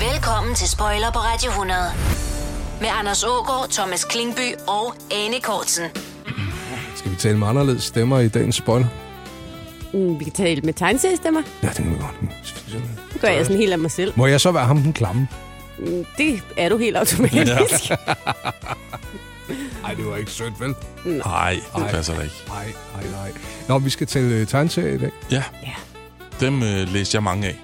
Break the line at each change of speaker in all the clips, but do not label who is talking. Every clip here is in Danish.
Velkommen til Spoiler på Radio 100. Med Anders Ågaard, Thomas Klingby og Anne Kortsen.
Skal vi tale med anderledes stemmer i dagens spoiler?
Mm, vi kan tale med tegneseriestemmer.
Ja, det kan vi godt.
Nu gør jeg sådan helt af mig selv.
Må jeg så være ham den klamme?
Mm, Det er du helt automatisk. Ja.
Nej, det var ikke sødt, vel?
Nej, det passer da ikke.
Nej, nej, nej. Nå, vi skal til øh, tegneserier i dag.
Ja,
ja.
dem øh, læste jeg mange af.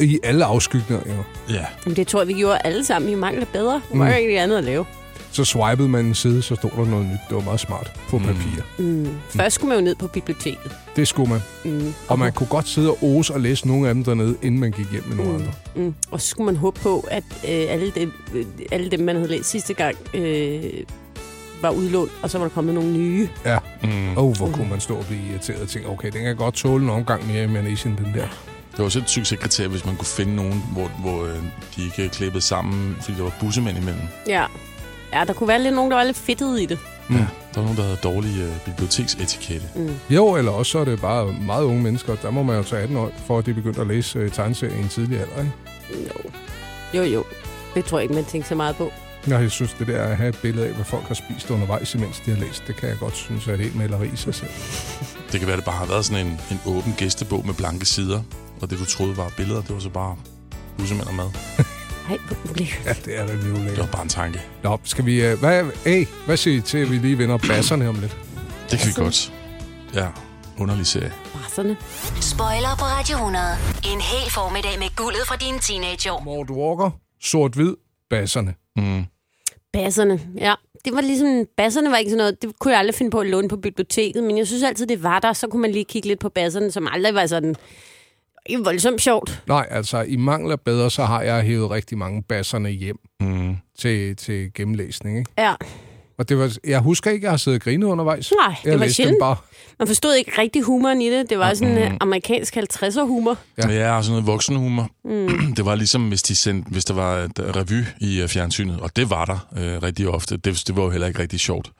I alle afskygninger, jo.
Ja,
Jamen, det tror jeg, vi gjorde alle sammen. Vi mangler bedre. Vi mangler ikke andet at lave.
Så swipede man en side, så stod der noget nyt. Det var meget smart på papir.
Først skulle man jo ned på biblioteket.
Det skulle man.
Mm.
Og man kunne godt sidde og ose og læse nogle af dem dernede, inden man gik hjem med nogle andre.
Mm. Og så skulle man håbe på, at øh, alle, dem, øh, alle dem, man havde læst sidste gang, øh, var udlånt, og så var der kommet nogle nye.
Ja. Mm. Oh, hvor kunne man stå og blive irriteret og tænke, okay, den kan godt tåle en omgang mere i Manesien, den der.
det var sindssygt sekretær, hvis man kunne finde nogen, hvor, hvor øh, de ikke øh, klippede sammen, fordi der var bussemænd imellem.
Ja. Ja, der kunne være lidt nogen, der var lidt fedtede i det.
Der var nogen, der havde dårlig øh, biblioteksetikette.
Mm.
Jo, eller også så er det bare meget unge mennesker. Der må man jo tage 18 år, for at de begyndte at læse øh, tegneserier i en tidlig alder, ikke?
Jo. Jo, jo. Det tror jeg ikke, man tænker så meget på.
Nej, jeg synes, det der at have et billede af, hvad folk har spist undervejs, imens de har læst, det kan jeg godt synes er et helt maleri i sig selv.
Det kan være, det bare har været sådan en, en åben gæstebog med blanke sider, og det, du troede var billeder, det var så bare bussemænd og mad.
Ej, hvor hvor lækkert.
Ja, det er da lidt
Det var
ulækkert.
bare en tanke.
Nå, skal vi... øh, Hvad, hey, hvad siger I til, at vi lige vender basserne om lidt?
Det kan vi
Sådan.
godt. Ja, underlig serie.
Brasserne.
Spoiler på Radio 100. En hel formiddag med guldet fra dine teenageår.
Mort Walker, sort-hvid, basserne.
Mm.
Basserne, ja. Det var ligesom, basserne var ikke sådan noget, det kunne jeg aldrig finde på at låne på biblioteket, men jeg synes altid, det var der, så kunne man lige kigge lidt på basserne, som aldrig var sådan, ikke voldsomt sjovt.
Nej, altså, i mangler bedre, så har jeg hævet rigtig mange basserne hjem
Mm.
til, til gennemlæsning, ikke?
Ja.
Og det var, jeg husker ikke, at jeg har siddet og grinet undervejs.
Nej, det
jeg
var
læste
sjældent.
Dem bare.
Man forstod ikke rigtig humoren i det. Det var sådan mm. amerikansk 50'er humor.
Ja.
Ja. ja, og sådan noget voksenhumor. Mm. Det var ligesom, hvis, de sendte, hvis der var et revy i øh, fjernsynet, og det var der øh, rigtig ofte. Det, det var jo heller ikke rigtig sjovt.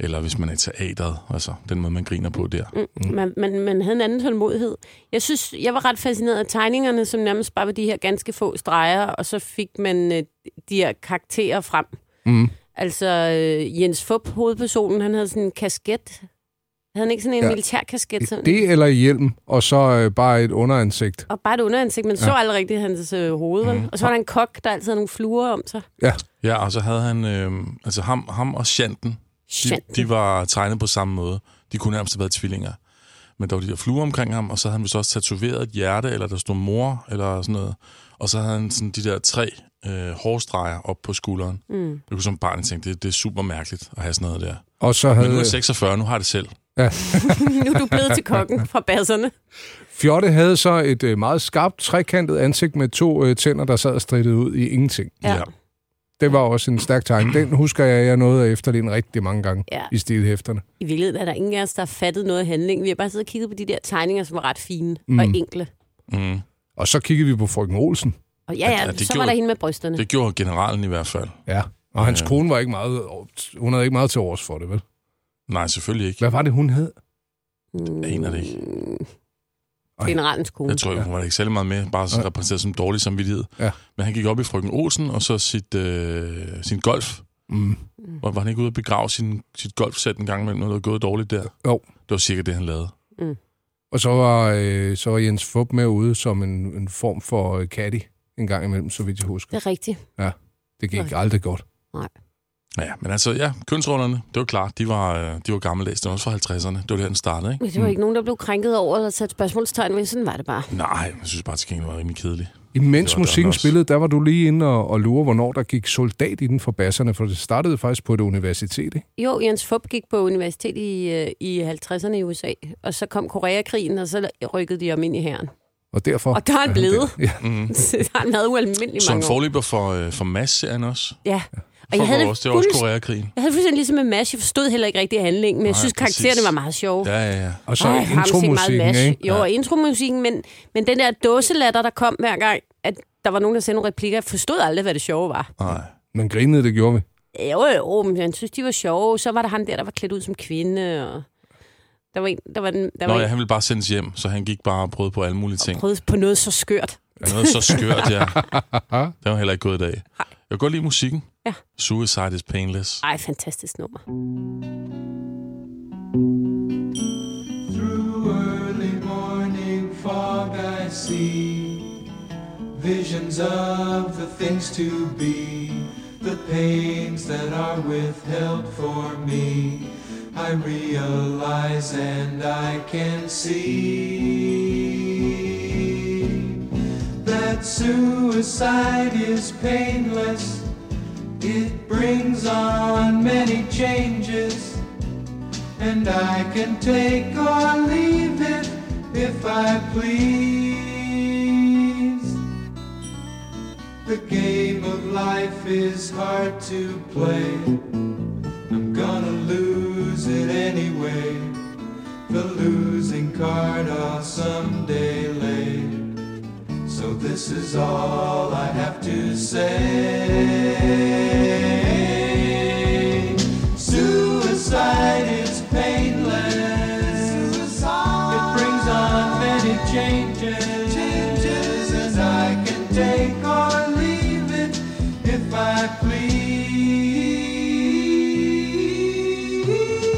Eller hvis man er i teateret, altså den måde, man griner på der. Mm.
Mm. Man, man, man havde en anden tålmodighed. Jeg synes, jeg var ret fascineret af tegningerne, som nærmest bare var de her ganske få streger, og så fik man øh, de her karakterer frem.
Mm.
Altså, øh, Jens Fup, hovedpersonen, han havde sådan en kasket. Havde han ikke sådan en
Ja.
ja. militær kasket? Sådan?
Det eller i hjelm, og så øh, bare et underansigt.
Og bare et underansigt, man ja. så aldrig rigtigt hans øh, hoved. Mm. Og så var der en kok, der altid havde nogle fluer om sig.
Ja,
Ja, og så havde han, øh, altså ham, ham og Shanten, de,
Shanten.
de var tegnet på samme måde. De kunne nærmest have været tvillinger. Men der var de der fluer omkring ham, og så havde han vist også tatoveret et hjerte, eller der stod mor, eller sådan noget. Og så havde han sådan de der tre øh, hårstreger op på skulderen. Mm. Jeg kunne som barn tænke, det, det er super mærkeligt at have sådan noget der.
og så
Men nu er
havde...
jeg 46, nu har jeg det selv.
nu er du blevet til kokken fra basserne.
Fjotte havde så et øh, meget skarpt, trekantet ansigt med to øh, tænder, der sad og strittede ud i ingenting.
Ja.
Ja.
Det var også en stærk tegning. Den husker jeg, jeg nåede at efterligne rigtig mange gange ja.
Ja.
i stilhæfterne.
I virkeligheden er der ingen af os, der har fattet noget af handlingen. Vi har bare siddet og kigget på de der tegninger, som var ret fine mm. og enkle.
Mm.
Og så kiggede vi på frøken Olsen.
Og ja, ja,
Ja, det
så var
gjorde-
der hende med brysterne. Det...
Det gjorde generalen i hvert fald.
Ja. Og hans ja. kone var ikke meget, hun havde ikke meget til års for det, vel?
Nej, selvfølgelig ikke.
Hvad var det, hun hed?
Jeg aner det ikke.
Mm. Generalens kone.
Jeg tror, hun var ikke særlig meget med, bare sådan repræsenteret som dårlig samvittighed.
Uh, Ja.
Men han gik op i frøken Olsen, og så sit, øh, sin golf.
Mm.
Var, var han ikke ude at begrave sin, sit golfsæt en gang imellem, når det var gået dårligt der?
Jo.
Det var cirka det, han lavede.
Og så var, øh, så var Jens Fup med ude som en, en form for øh, caddy en gang imellem, så vidt jeg
Det
husker.
er rigtigt.
Det gik
Nej.
aldrig godt.
Ja, men altså, ja, kønsrollerne, det var klart, de var, øh, de var gammeldags. Det var også fra 50'erne. Det var der, den startede, ikke?
Men det var ikke nogen, der blev krænket over eller sat spørgsmålstegn ved. Sådan var det bare.
Nej, jeg synes bare, at det var rimelig kedeligt.
Imens
Det var
musikken
den også.
spillede, der var du lige inde og, og lure, hvornår der gik soldat i den for basserne, for det startede faktisk på et universitet, ikke?
Jo, Jens Fup gik på universitet i, øh, i 50'erne i USA, og så kom Koreakrigen, og så rykkede de om ind i herren.
Og derfor...
Og der er han
han
blevet.
der. Ja.
Så han havde ualmindelig
Som
mange år.
Mm. forløber for, øh, for Mads-serien også.
Ja. Og
For
jeg havde, det
også, det var også
fuldst-
Koreakrigen.
jeg havde fuldstændig ligesom med Mash, jeg forstod heller ikke rigtig handlingen, men jeg
Nej,
synes, karaktererne
præcis.
var meget sjove.
Ja, ja, ja.
Og så
Ej, ham siger
intromusikken,
meget
ikke?
mash. Jo, og intromusikken, men, men den der dåselatter, der kom hver gang, at der var nogen, der sendte nogle replikker, jeg forstod aldrig, hvad det sjove var.
Nej.
Men grinede, det gjorde vi.
Jo, jo, men jeg synes, de var sjove. Så var der ham der, der var klædt ud som kvinde, og der var en, der var, den, der
Nå
var
ja,
en,
han ville bare sendes hjem, så han gik bare og prøvede på alle mulige ting.
prøvede på noget så skørt.
Ja, noget så skørt, ja. Det var heller ikke gået i dag. Jeg kan godt lide musikken.
Ja.
Suicide is painless.
Ej, fantastisk nummer.
Through early morning fog I see visions of the things to be, the pains that are withheld for me. I realize and I can see that suicide is painless. It brings on many changes and I can take or leave it if I please. The game of life is hard to play. I'm gonna lose it anyway. The losing card I'll someday lay. So this is all I have to say. Suicide is painless. It brings on many changes. Changes and I can take or leave it if I please.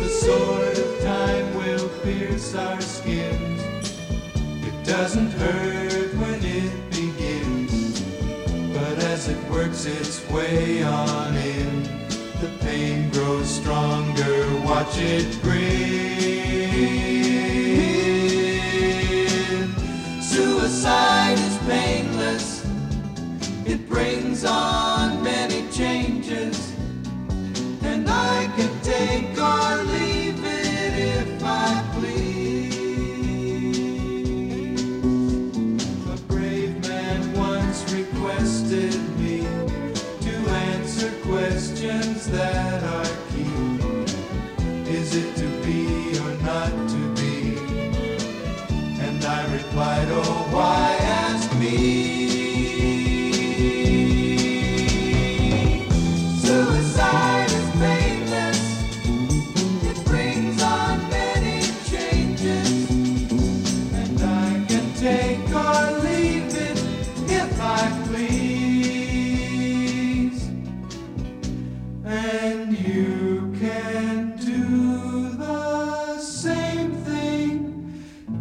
The sword of time will pierce our skins. It doesn't hurt when it begins, but as it works its way on in, the pain grows stronger. Watch it grin. Suicide is painless. It brings on many changes, and I can take or leave it if I please. A brave man once requested me to answer questions that are key. Is it to be or not to be? And I replied, Oh, why ask me? Suicide is painless. It brings on many changes. And I can take or leave it if I please. And you can do the same thing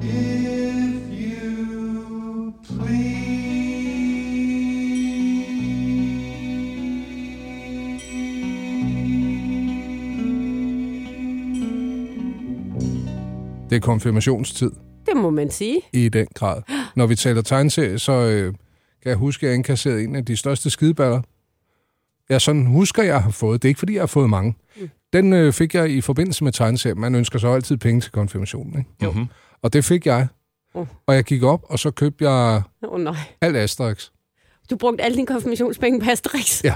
if you please.
Det er konfirmationstid
Det må man sige.
i den grad. Når vi taler tegneserie, så øh, kan jeg huske, at jeg indkasserede en af de største skideballer. Jeg sådan husker, jeg har fået. Det er ikke, fordi jeg har fået mange. Den øh, fik jeg i forbindelse med tegneserien. Man ønsker så altid penge til konfirmationen, ikke?
Jo. Mm-hmm.
Og det fik jeg.
Mm.
Og jeg gik op, og så købte jeg
Åh oh, nej.
alt Asterix.
Du brugte alle dine konfirmationspenge på Asterix.
Ja.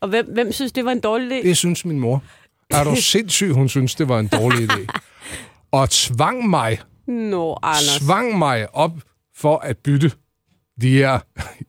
Og hvem, hvem synes, det var en dårlig idé?
Det synes min mor. Er du sindssyg, hun synes, det var en dårlig idé. Og tvang mig,
Nå, Anders.
tvang mig op for at bytte de her,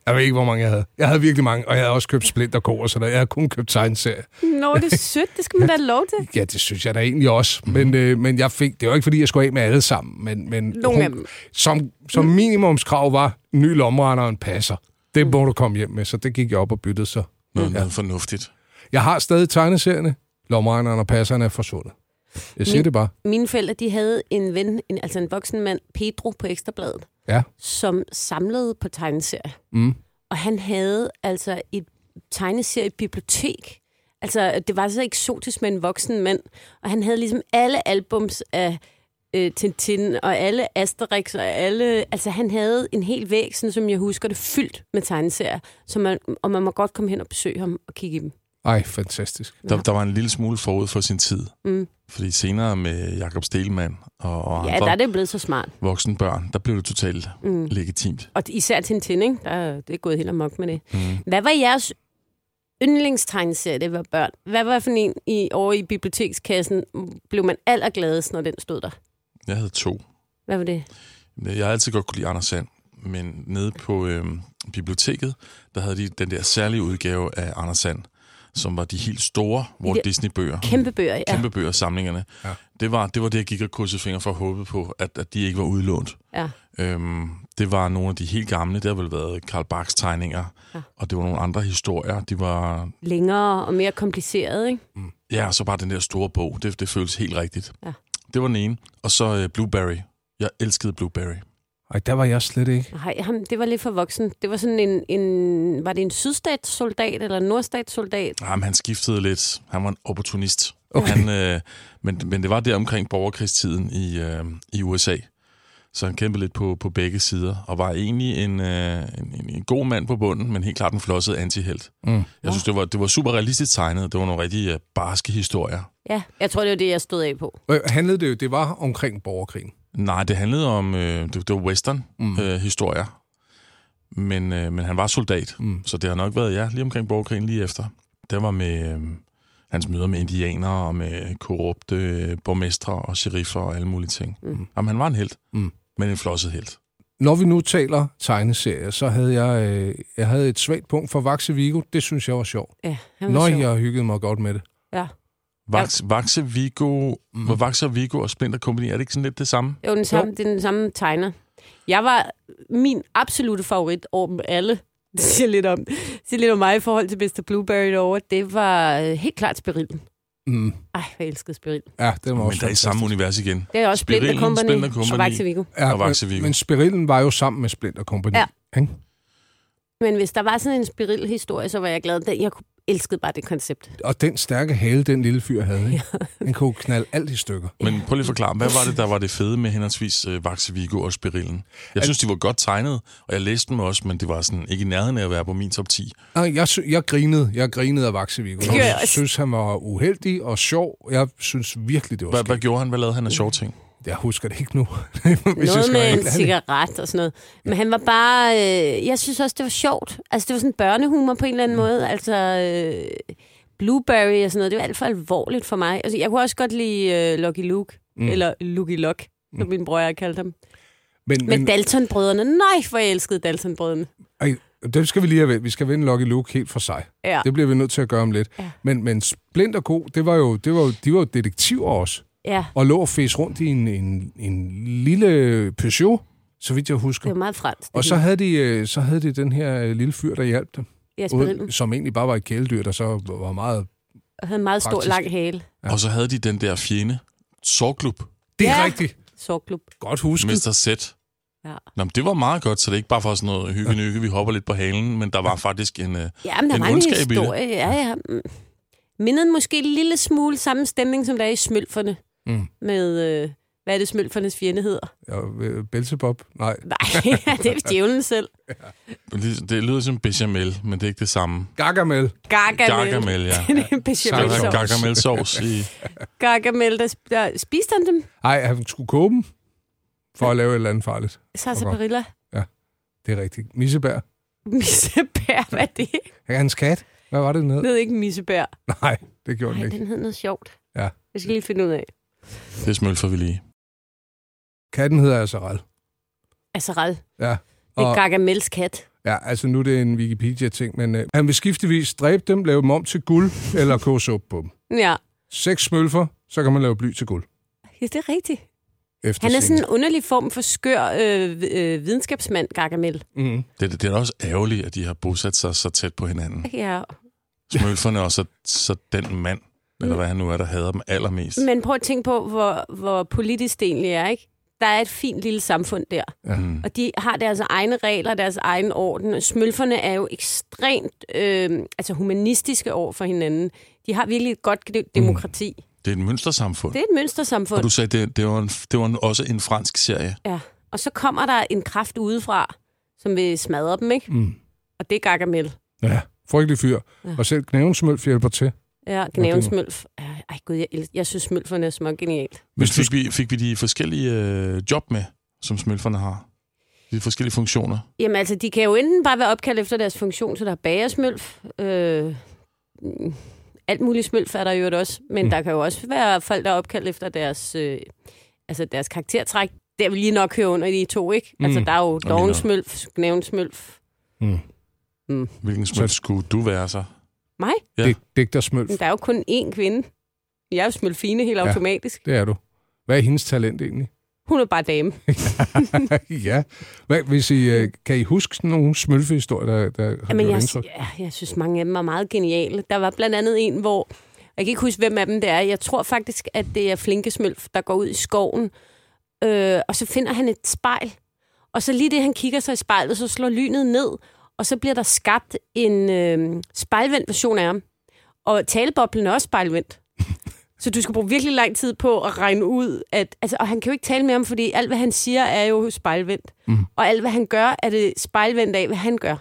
jeg ved ikke, hvor mange jeg havde. Jeg havde virkelig mange, og jeg havde også købt Splinter Co. og sådan noget. Jeg havde kun købt tegneserier.
Nå, det er sødt. Det skal man da have lov til.
Ja, det synes jeg da egentlig også.
Mhm.
Men, øh, men jeg fik, det var ikke, fordi jeg skulle af med alle sammen. Men, men
Nogle af dem. Mm.
Som, som minimumskrav var, en ny lomrender og en passer. Det må du komme hjem med, så det gik jeg op og byttede så.
Noget, noget fornuftigt.
Jeg har stadig tegneserierne. Lomregneren og passerne er forsvundet. Jeg siger
Min-
det bare.
Mine forældre, de havde en ven, en, altså en voksen mand, Pedro på Ekstrabladet,
Ja.
som samlede på tegneserier.
Mm.
Og han havde altså et tegneseriebibliotek. Altså, det var så eksotisk med en voksen mand. Og han havde ligesom alle albums af øh, Tintin og alle Asterix og alle... Altså, han havde en hel væg, sådan som jeg husker det, fyldt med tegneserier. Så man, og man må godt komme hen og besøge ham og kigge i dem.
Ej, fantastisk.
Der, der var en lille smule forud for sin tid.
Mm.
Fordi senere med Jakob Stelmann og, og
Ja,
andre
der er det blevet så smart.
voksne børn, der blev det totalt
Mm.
legitimt.
Og især Tintin, ikke? Der, det er gået helt amok med det. Mm. Hvad var jeres yndlingstegneserie, det var børn? Hvad var for en i, over i bibliotekskassen? Blev man allergladest, når den stod der?
Jeg havde to.
Hvad var det?
Jeg har altid godt kunne lide Anders Sand, men nede på øhm, biblioteket, der havde de den der særlige udgave af Anders Sand, som var de helt store Walt
Ja.
Disney-bøger.
Kæmpe bøger, ja.
Kæmpe bøger, samlingerne.
Ja.
Det, var, det var det, jeg gik og krydsede fingre for at håbe på, at, at de ikke var udlånt.
ja.
Øhm, det var nogle af de helt gamle. Det har vel været Karl Bachs tegninger,
Ja.
ja. og det var nogle andre historier. De var,
Længere og mere kompliceret, ikke?
ja, og så bare den der store bog. Det, det føles helt rigtigt.
Ja.
Det var den ene. Og så øh, Blueberry. Jeg elskede Blueberry.
Ej, der var jeg slet ikke.
Nej, ham, det var lidt for voksen. Det var sådan en, en var det en sydstatssoldat eller en nordstatssoldat?
Jamen, han skiftede lidt. Han var en opportunist.
Okay.
Han, øh, men, men det var der omkring borgerkrigstiden i, øh, i USA. Så han kæmpede lidt på, på begge sider, og var egentlig en, øh, en, en, en god mand på bunden, men helt klart en flosset antihelt.
Mm.
Jeg synes, det var, det var super realistisk tegnet. Det var nogle rigtig øh, barske historier.
Ja, jeg tror, det var det, jeg stod af på.
Øh, handlede det jo, det var omkring borgerkrigen.
Nej, det handlede om øh, det, det var
Mm.
western-historier. Øh, historier. men, øh, men han var soldat,
Mm.
mm. så det har nok været, ja, lige omkring borgerkrigen lige efter. Det var med øh, hans møder med indianere og med korrupte øh, borgmestre og sheriffer og alle mulige ting.
Mm.
Mm. Jamen, han var en held,
Mm.
men en flosset held.
Når vi nu taler tegneserier, så havde jeg, øh, jeg havde et svagt punkt for Vaxe Vigo. Det synes jeg var sjovt.
Ja, han var
Nå,
sjov.
jeg har hygget mig godt med det.
Ja.
Vax, Vaxe Vigo, mm. hvor Vaxe Vigo og Splinter Company, er det ikke sådan lidt det samme?
Jo, den samme, det er den samme tegner. Jeg var min absolute favorit over dem alle. Det siger lidt om, det siger lidt om mig i forhold til Mr. Blueberry derovre. Det var øh, helt klart Spirillen.
Mm.
Ej, jeg elskede Spirillen.
Ja, den var
Men
også
der er i samme univers igen.
Det er også Splinter
Spirillen,
Company,
Splinter Company.
og Vaxe Vigo.
Ja,
Og Vaxe Vigo.
Men Spirillen var jo sammen med Splinter Company.
Ja.
ikke?
Men hvis der var sådan en Spirill-historie, så var jeg glad. Den- Jeg kunne- elskede bare det koncept.
Og den stærke hale, den lille fyr havde, ikke? den kunne knalde alt i stykker.
Men prøv lige at forklare, hvad var det, der var det fede med henholdsvis øh, Vaxe Vigo og Spirillen? Jeg synes, de var godt tegnet, og jeg læste dem også, men det var sådan ikke i nærheden af at være på min top 10.
Nej, jeg, sy- jeg grinede. Jeg grinede af Vaxevigo.
gjorde jeg
Jeg
også.
synes, han var uheldig og sjov. Jeg synes virkelig, det var
Hvad, hvad
skægt.
gjorde han? Hvad lavede han af sjove ting?
Jeg husker det ikke nu. Hvis jeg
Noget
skal
med
være
en
helt ærlig.
cigaret og sådan noget. Men han var bare... Øh, jeg synes også, det var sjovt. Altså, det var sådan børnehumor på en eller anden
Mm.
måde. Altså, øh, Blueberry og sådan noget, det var alt for alvorligt for mig. Altså, jeg kunne også godt lide øh, Lucky Luke. Mm. Eller Lucky Luck, som min bror og jeg kaldte ham.
Men,
Men,
Mm. men,
Men Dalton-brødrene. Nej, hvor jeg elskede Dalton-brødrene.
ej, dem skal vi lige have ved. Vi skal vende Lucky Luke helt for sig.
Ja.
Det bliver vi nødt til at gøre om lidt.
Ja.
Men, men Splint og Co, det var jo, det var jo, de var jo detektiver også.
Ja,
Og lå og fes rundt i en, en, en lille Peugeot, så vidt jeg
det
husker.
var meget fransk. det
Og så
hele.
havde, de, øh, så havde de den her øh, lille fyr, der hjalp dem.
Ja,
Uden,
Spirillen.
som egentlig bare var et kæledyr, der så var meget...
Og havde en meget stor,
Praktisk.
lang hale.
Ja. Og så havde de den der fjende, Sorgklub,
Det er
Ja.
ja. rigtigt.
Sorgklub.
Godt husket.
Mr. Z.
Ja.
Nå, men det var meget godt, så det er ikke bare for sådan noget hygge nykke, vi hopper lidt på halen, men der var faktisk en... Øh,
Ja, men der
En
var en
ondskab i det.
historie. Ja, ja. Mm. Mindede måske en lille smule samme stemning, som der er i Smølferne.
Mm.
Med, øh, hvad er det Smølfernes fjende hedder?
Ja, øh, Belzebub. Nej.
Nej, det er djævlen selv.
det lyder som bechamel, men det er ikke det samme.
Gargamel.
Gargamel.
Gargamel, ja.
Det er en bechamel
Gargamel.
Gargamel,
sovs.
Gargamel sovs i...
Gargamel, der, sp- der spiste han dem.
Nej, han skulle kåbe dem for at lave et eller andet farligt.
Sasa
Okay.
Perilla.
Det er rigtigt. Missebær.
Missebær, hvad er det?
Hans kat. Hvad var det, den hed?
Den hed ikke Missebær.
Nej, det gjorde
Nej,
den ikke.
den hed noget sjovt.
Ja.
Jeg skal lige finde ud af.
Det smølfer vi lige.
Katten hedder Azarel.
Altså, red.
Ja.
Det er
Og,
Gargamels kat.
ja, altså nu er det en Wikipedia-ting, men øh, han vil skiftevis dræbe dem, lave dem om til guld eller kåse op på dem.
Ja,
Seks smølfer, så kan man lave bly til guld.
Ja, det er rigtigt.
Efter
Han er sådan
scenen.
en underlig form for skør øh, øh, videnskabsmand, Gargamel.
Mm.
Det, det er da også ærgerligt, at de har bosat sig så tæt på hinanden.
Ja.
Smølferne og så, så den mand, eller hvad han nu er, der hader dem allermest.
Men prøv at tænke på, hvor, hvor politisk det egentlig er, ikke? Der er et fint lille samfund der,
Mm.
og de har deres egne regler, deres egen orden. Og Smølferne er jo ekstremt øh, altså humanistiske over for hinanden. De har virkelig et godt de- demokrati. Mm.
Det er et mønstersamfund.
Det er et
Og
mønstersamfund.
du sagde, det, det var, en, det var en, også en fransk serie.
Ja. Og så kommer der en kraft udefra, som vil smadre dem, ikke?
Mm.
Og det er Gargamel.
Ja, frygtelig fyr.
Ja.
Ja. Og selv knæven smølf hjælper til.
Ja, Gnaven Smølf. Ja, Ej gud, jeg, el- jeg synes Smølferne er små genialt.
Men
Hvis du
fik vi, fik vi de forskellige øh, job med, som smølferne har? De forskellige funktioner?
Jamen altså, de kan jo enten bare være opkaldt efter deres funktion, så der er bagersmølf. Øh, mm, alt muligt smølf er der jo også, men mm. der kan jo også være folk, der er opkaldt efter deres, øh, altså deres karaktertræk. Der vil lige nok høre under de to, ikke? Mm. Altså,
Mm.
der er jo
nok.
dovensmølf, gnævensmølf.
Mm.
Hvilken smølf skulle du være så?
Mig?
Ja.
ja. dig, digtersmølf.
Men der er jo kun én kvinde. Jeg er jo Smølfine helt
Ja.
automatisk.
Det er du. Hvad er hendes talent egentlig?
Hun er bare dame.
ja. Hvad, hvis I, øh, kan I huske sådan nogle smølfehistorier, der, der har
Jamen,
gjort
jeg,
indtryk?
ja, jeg synes, mange af dem er meget geniale. Der var blandt andet en, hvor... Jeg kan ikke huske, hvem af dem det er. Jeg tror faktisk, at det er Flinkesmølf, der går ud i skoven. Øh, og så finder han et spejl. Og så lige det, han kigger sig i spejlet, så slår lynet ned. Og så bliver der skabt en øh, spejlvendt version af ham. Og taleboblen er også spejlvendt. Så du skal bruge virkelig lang tid på at regne ud, at... Altså, og han kan jo ikke tale med ham, fordi alt, hvad han siger, er jo spejlvendt. Mm. Og alt, hvad han gør, er det spejlvendt af, hvad han gør.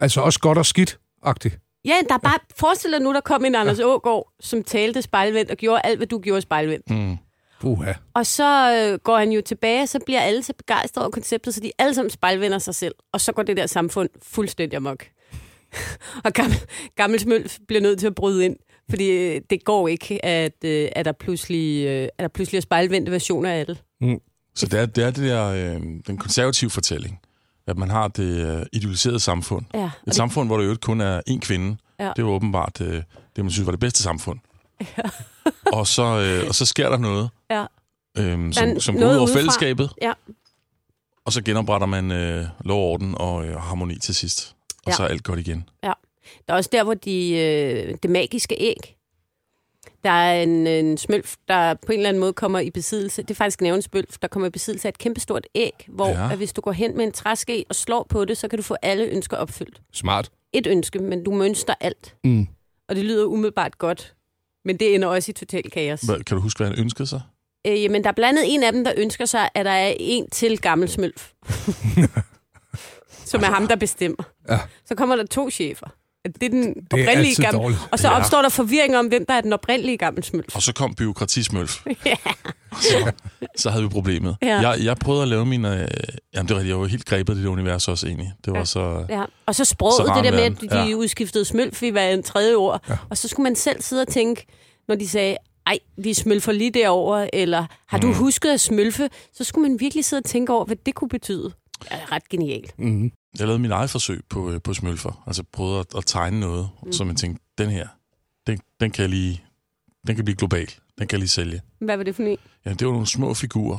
Altså også godt og skidt-agtigt.
Ja, der er bare... Forestil dig nu, der kom en Anders Ågaard, som talte spejlvendt og gjorde alt, hvad du gjorde spejlvendt. Mm.
Uha.
Og så øh, går han jo tilbage, og så bliver alle så begejstrede over konceptet, så de alle sammen spejlvender sig selv. Og så går det der samfund fuldstændig amok. og gammel, gammel Smølf bliver nødt til at bryde ind, fordi øh, det går ikke, at, øh, at, der, pludselig, øh, at der pludselig er spejlvendte versioner af alle.
Så det er det, er det der, øh, den konservative fortælling, at man har det øh, idealiserede samfund.
Ja, og
Et
det-
samfund, hvor der jo kun er én kvinde.
Ja.
Det var åbenbart øh, det, man synes var det bedste samfund. Ja. og, så, øh, og så sker der noget,
Ja.
øh, som,
Men
som går
noget
ud over
udefra.
fællesskabet,
Ja,
og så genopretter man øh, lov, og orden og øh, harmoni til sidst. Og
Ja.
så er alt godt igen.
Ja. Der er også der, hvor de, øh, det magiske æg. Der er en, en smølf, der på en eller anden måde kommer i besiddelse. Det er faktisk en smølf, der kommer i besiddelse af et kæmpestort æg, hvor
Ja.
ja. at hvis du går hen med en træske og slår på det, så kan du få alle ønsker opfyldt.
Smart.
Et ønske, men du mønster alt.
Mm.
Og det lyder umiddelbart godt, men det ender også i total kaos.
Hvad, kan du huske, hvad han ønskede sig?
Øh, jamen, der er blandt andet en af dem, der ønsker sig, at der er en til gammel smølf. som er ham, der bestemmer.
Ja.
Så kommer der to chefer. Det er den
er
oprindelige
altid
gamle.
dårligt.
Og så opstår der forvirring om, hvem der er den oprindelige gammel smølf.
Og så kom byråkratismølf. så, så havde vi problemet.
Ja.
Jeg, jeg prøvede at lave mine... Øh, jamen, det var rigtigt. Jeg var helt grebet af det der univers også egentlig. Det var ja. så...
Ja. Og så
Så
sproget,
rar
det der med,
verden.
at de
Ja.
ja. udskiftede smølf i hver en tredje ord. Ja. Og så skulle man selv sidde og tænke, når de sagde, ej, vi smølfer lige derover eller har du husket at smølfe? Så skulle man virkelig sidde og tænke over, hvad det kunne betyde. Ja, det er ret genialt.
Mm.
Jeg lavede min eget forsøg på, øh, på smølfer. Altså prøvede at, at tegne noget, mm. som jeg tænkte, den her, den, den kan jeg lige... Den kan blive global. Den kan jeg lige sælge.
Hvad var det for en?
Ja, det var nogle små figurer,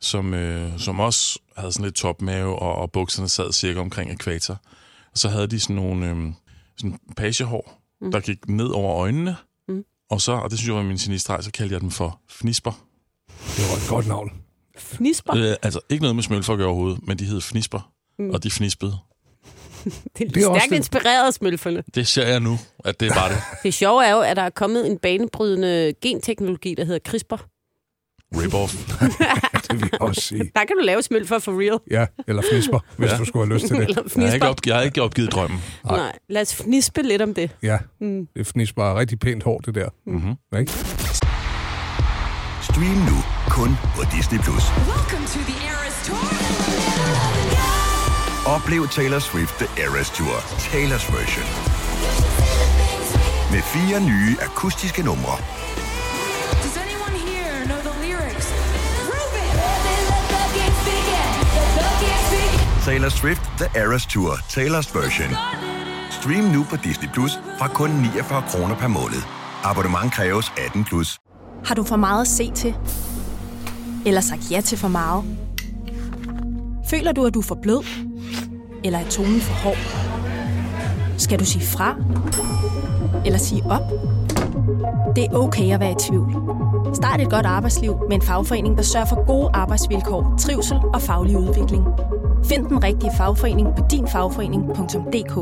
som, øh, som også havde sådan lidt topmave, og, og bukserne sad cirka omkring ekvator. Og så havde de sådan nogle øh, sådan pagehår, mm. der gik ned over øjnene. Mm.
Mm.
Og så, og det synes jeg var min sinistreg, så kaldte jeg dem for fnisper.
Det var et godt navn.
Fnisper.
Øh, altså ikke noget med smølfolk overhovedet, men de hed fnisper, mm. og de fnispede.
Det er,
Det er også
stærkt
det-
inspireret af smølferne.
Det ser jeg nu, at det var det.
Det sjove er jo, at der er kommet en banebrydende genteknologi, der hedder CRISPR.
Rip-off.
Det vil jeg også sige.
Der kan du lave smølfer for real.
Ja, eller fnisper, hvis
Ja.
ja. du skulle have lyst til det.
Eller
Jeg har, ikke
fnisper.
op, jeg har ikke opgivet drømmen.
Nej, lad os fnispe lidt om det.
Ja, mm. det fnisper er rigtig pænt hårdt, det der. Mm-hmm. Ikke?
Stream nu kun på Disney+. Plus.
Welcome to the Eras Tour.
Oplev Taylor Swift The Eras Tour, Taylor's version. Med fire nye akustiske numre.
Does anyone here know the lyrics?
Taylor Swift The Eras Tour, Taylor's version. Stream nu på Disney Plus fra kun 49 kroner per måned. Abonnement kræves 18 plus.
Har du for meget at se til? Eller sagt ja til for meget? Føler du, at du er for blød? Eller er tonen for hård? Skal du sige fra? Eller sige op? Det er okay at være i tvivl. Start et godt arbejdsliv med en fagforening, der sørger for gode arbejdsvilkår, trivsel og faglig udvikling. Find den rigtige fagforening på dinfagforening.dk.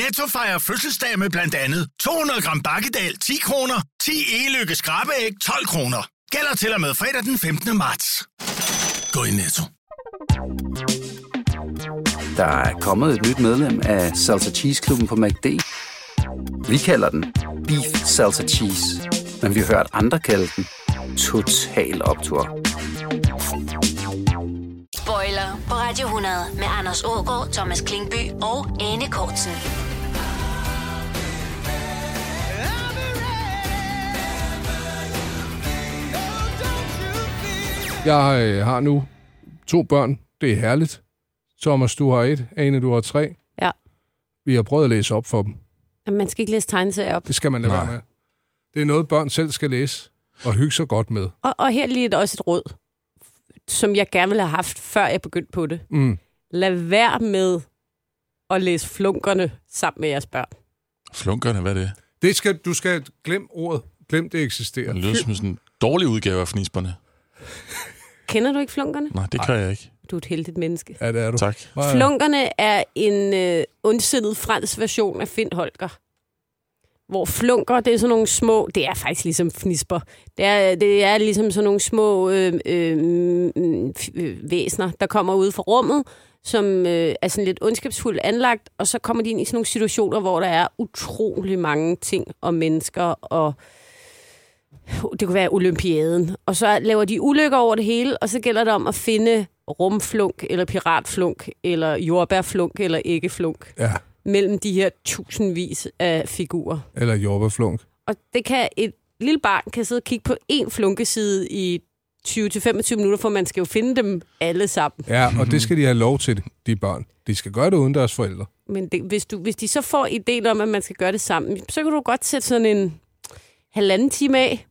Netto fejrer fødselsdag med blandt andet 200 gram bakkedal 10 kroner, 10 e-lykke skrabeæg 12 kroner. Gælder til og med fredag den 15. marts. Gå i Netto.
Der er kommet et nyt medlem af Salsa Cheese Klubben på MACD. Vi kalder den Beef Salsa Cheese, men vi har hørt andre kalde den Total Optor.
Spoiler på Radio 100 med Anders Ågaard, Thomas Klingby og Anne Kortsen.
Jeg øh, har nu to børn. Det er herligt. Thomas, du har et. Ane, du har tre.
Ja.
Vi har prøvet at læse op for dem.
Jamen, Man skal ikke læse tegneserier op.
Det skal man lade
Nej.
være med. Det er noget, børn selv skal læse og hygge sig godt med.
Og, og her lige et, også et råd, som jeg gerne ville have haft, før jeg begyndte på det.
Mm.
Lad være med at læse flunkerne sammen med jeres børn.
Flunkerne, hvad er det?
Det skal, du skal glem ordet. Glem, det eksisterer.
Det lyder som sådan en dårlig udgave af fnisberne.
Kender du ikke flunkerne?
Nej, det kan jeg ikke.
Du er et heldigt menneske.
Ja, det er du.
Tak.
Hvor er-
Flunkerne er en øh, ondsindet fransk version af Finn Holger. Hvor flunker, det er sådan nogle små... Det er faktisk ligesom fnisper. Det er, det er ligesom sådan nogle små øh, øh, mm, f- øh, væsner, der kommer ud fra rummet, som øh, er sådan lidt ondskabsfuldt anlagt, og så kommer de ind i sådan nogle situationer, hvor der er utrolig mange ting og mennesker, og det kunne være olympiaden. Og så laver de ulykker over det hele, og så gælder det om at finde rumflunk, eller piratflunk, eller jordbærflunk, eller æggeflunk,
Ja,
mellem de her tusindvis af figurer.
eller jordbærflunk.
Og det kan et lille barn kan sidde og kigge på én flunkeside i 20-25 minutter, for man skal jo finde dem alle sammen.
Ja, og det skal de have lov til, de børn. De skal gøre det uden deres forældre.
Men det, hvis, du, hvis de så får ideen om, at man skal gøre det sammen, så kan du godt sætte sådan en halvanden time af.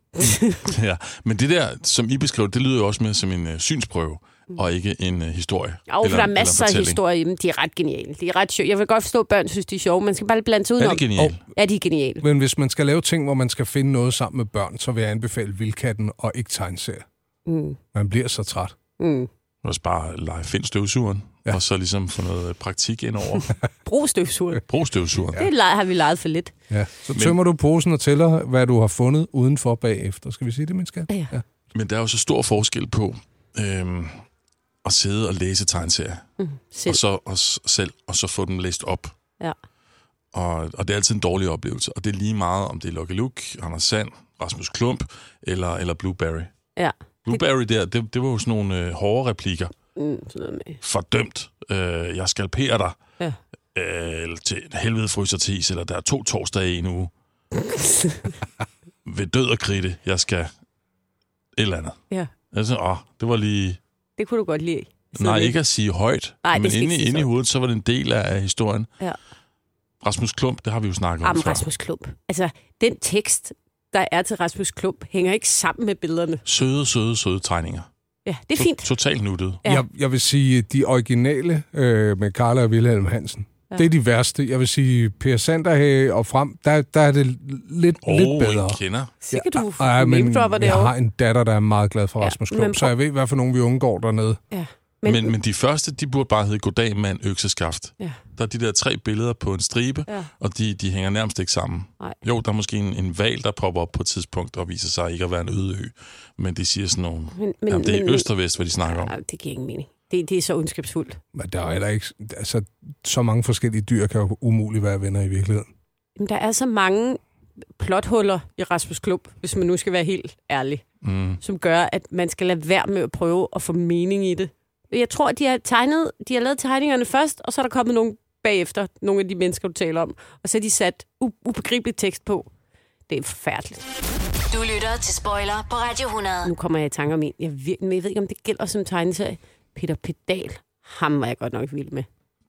Ja. Men det der, som I beskrev, det lyder jo også mere som en øh, synsprøve, og ikke en øh, historie.
Mm. Jo, for der er masser af
fortælling.
historier i dem. De er ret geniale. De er ret sjove. Jeg vil godt forstå, at børn synes, de er sjove. Man skal bare blande sig
Er
udenom.
det genialt?
Ja, de er geniale.
Men hvis man skal lave ting, hvor man skal finde noget sammen med børn, så vil jeg anbefale Vildkatten og ikke tegneserier.
Mm.
Man bliver så træt.
Mm.
Oh. Også bare lege find støvsugeren, ja. og så ligesom få noget øh, praktik ind over.
Brug støvsugeren.
Brug støvsugeren.
Ja. Det le- har vi leget for lidt.
Ja. Så tømmer du posen og tæller, hvad du har fundet udenfor bagefter. Skal vi sige det, min skat?
Ja.
Men der er jo så stor forskel på øhm, at sidde og læse tegneserier,
Mm, Selv.
og så og s- selv, og så få dem læst op.
Ja.
Og, og det er altid en dårlig oplevelse, og det er lige meget, om det er Lucky Luke, Anders Sand, Rasmus Klump eller, eller Blueberry.
ja.
Blueberry der, det, det var jo sådan nogle øh, hårde replikker.
Mm, sådan noget med.
Fordømt, øh, jeg skalperer dig,
Ja.
øh, eller til helvede fryser til is, eller der er to torsdage i en uge. Ved død og kridte, jeg skal et eller andet.
ja.
Altså, åh, det var lige...
Det kunne du godt lide. Sidde
Nej,
med.
ikke at sige højt,
Nej, det
men
skal ikke
inde,
siges
inde i
højt.
hovedet, så var det en del af, af historien.
Ja.
Rasmus Klump, det har vi jo snakket om
Jamen,
før.
Rasmus Klump. Altså, den tekst, der er til Rasmus Klump, hænger ikke sammen med billederne.
Søde, søde, søde tegninger.
Ja, det er fint.
Totalt nuttet.
Ja.
Ja. Jeg, jeg vil sige, de originale øh, med Karla og Wilhelm Hansen, ja. det er de værste. Jeg vil sige, Per Sanderhage og frem, der, der er det lidt,
Og
oh, lidt bedre.
en kender.
Sikkert du
Ej,
ja,
men
name-dropper
jeg har
derovre.
en datter, der er meget glad for
Ja,
Rasmus
men
Klump, så
prøv-
jeg ved, hvad for nogen vi undgår dernede.
Ja. Men,
Men, men, men de første, de burde bare hedde Goddag mand, økseskaft.
Ja.
Der er de der tre billeder på en stribe,
Ja.
og de, de hænger nærmest ikke sammen.
Nej.
Jo, der er måske en, en val, der popper op på et tidspunkt og viser sig ikke at være en øde ø. Men de siger sådan nogle...
men, men,
Jamen, det er
men,
øst og vest, hvad de snakker om.
Ej, det giver ingen mening. Det, det er så ondskabsfuldt.
Men der er heller ikke... Altså, så mange forskellige dyr kan jo umuligt være venner i virkeligheden.
Jamen, der er så mange plothuller i Rasmus Klump, hvis man nu skal være helt ærlig,
Mm.
som gør, at man skal lade være med at prøve at få mening i det. Jeg tror, de har tegnet, de har lavet tegningerne først, og så er der kommet nogle bagefter, nogle af de mennesker, du taler om, og så har de sat u- ubegribelig tekst på. Det er forfærdeligt.
Du lytter til Spoiler på Radio 100.
Nu kommer jeg i tanke om en. Jeg, virkelig, men jeg ved ikke, om det gælder som tegneserie. Peter Pedal. Ham var jeg godt nok vild med.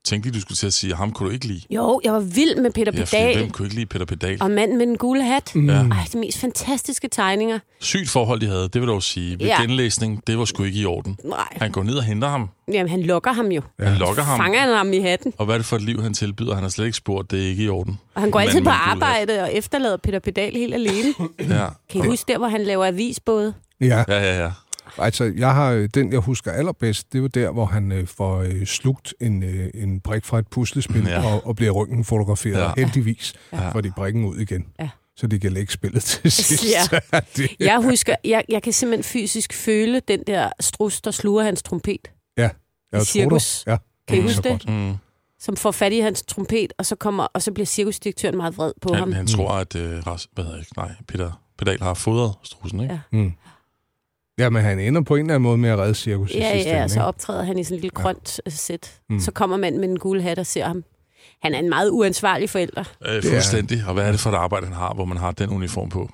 Tænkte lige, du skulle til at sige, at ham kunne du ikke lide.
Jo, jeg var vild med Peter
Ja, fordi hvem
Pedal.
kunne ikke lide Peter Pedal?
Og manden med den gule hat. Mm.
Ja.
Ej, de mest fantastiske tegninger.
Sygt forhold, de havde, det vil jeg dog sige.
Ja.
Ved ja. genlæsning, det var sgu ikke i orden.
Nej,
Han går ned og henter ham.
jamen han lokker ham jo.
Ja. Han lokker ham.
Fanger han ham i hatten.
Og hvad er det for et liv, han tilbyder? Han har slet ikke spurgt, det er ikke i orden.
Og han går
Manden
altid på
med en gul hat.
arbejde og efterlader Peter Pedal helt alene.
Ja.
Kan I huske der, hvor han laver avisbåde?
Ja,
ja, ja, ja.
altså, jeg har, øh, den, jeg husker allerbedst, det var der, hvor han øh, får øh, slugt en, øh, en brik fra et puslespil
Ja.
ja. og, og bliver ryggen fotograferet.
Ja.
Ja. Heldigvis ja. får de brikken ud igen.
Ja.
Så de kan lægge spillet til sidst.
Ja.
det,
Jeg husker, jeg, jeg kan simpelthen fysisk føle den der strus, der sluger hans trompet.
ja. Jeg tror
cirkus.
det. Ja.
Kan I
Mm,
huske
så
det?
godt.
Mm.
Som får fat i hans trompet, og så, kommer, og så bliver cirkusdirektøren meget vred på ham.
Han, han tror, at øh, Ras, hvad hedder jeg, nej, Peter Pedal har fodret strusen, ikke?
Ja.
Ja.
Mm. Ja, men han ender på en eller anden måde med at redde cirkus i
Ja,
sidste
ja, altså
ende,
og så
ikke?
optræder han i sådan et lille grønt øh, sæt.
Mm.
Så kommer manden med den gule hat og ser ham. Han er en meget uansvarlig forælder.
Øh, fuldstændig. Og hvad er det for et arbejde, han har, hvor man har den uniform på?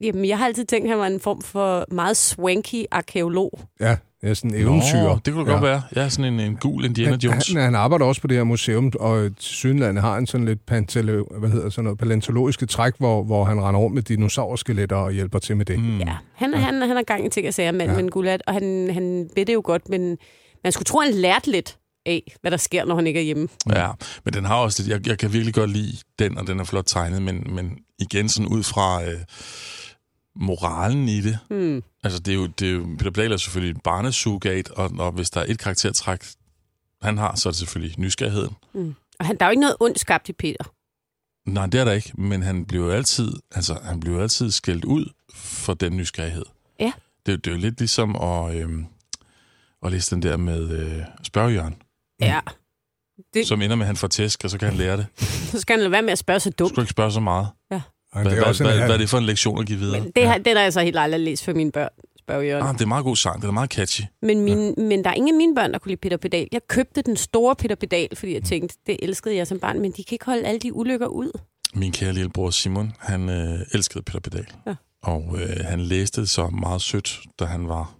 Jamen, jeg har altid tænkt, at han var en form for meget swanky arkeolog.
Ja, Ja, sådan en eventyr.
Nå, det kunne det
ja.
godt være. Ja, sådan en, en gul Indiana Jones.
Han, han arbejder også på det her museum, og til synlande har han sådan lidt pantelo, hvad hedder sådan noget, paleontologiske træk, hvor, hvor han render rundt med dinosaursskeletter og hjælper til med det. Mm.
Ja, han, ja. han, han har gang i ting og sager, mand ja. med en gulat, og han, han ved det jo godt, men man skulle tro, han lærte lidt af, hvad der sker, når han ikke er hjemme.
Ja, men den har også lidt, jeg, jeg kan virkelig godt lide den, og den er flot tegnet, men, men igen sådan ud fra øh, moralen i det. Mm.
Hmm.
Altså det er jo, det er jo Peter Blahl er selvfølgelig en barnesugat, og, og hvis der er et karaktertræk, han har, så er det selvfølgelig nysgerrigheden.
Og han, der er jo ikke noget ondt skabt i Peter.
Nej, det er der ikke, men han bliver jo altid, altså, han bliver jo altid skældt ud for den nysgerrighed.
Ja.
Det, er jo- det er jo lidt ligesom at, øh, at læse den der med øh, spørgjørn,
Ja. Det,
som ender med, at han får tæsk, og så kan han lære det.
så skal han lade være med at spørge så
Du
dumt.
skal ikke spørge så meget.
Og
Hvad,
det er også
hvad,
en,
hvad, hvad er
han,
det for en lektion at give videre?
Men det, har, den har jeg så helt aldrig læst for mine børn, spørger Jørgen.
Ah, det er en meget god sang. Den er meget catchy.
Men, mine, men der er ingen af mine børn, der kunne lide Peter Pedal. Jeg købte den store Peter Pedal, fordi jeg tænkte, det elskede jeg som barn, men de kan ikke holde alle de ulykker ud.
Min kære lillebror Simon, han øh, elskede Peter Pedal.
Ja.
Ja. Og øh, han læste det så meget sødt, da han var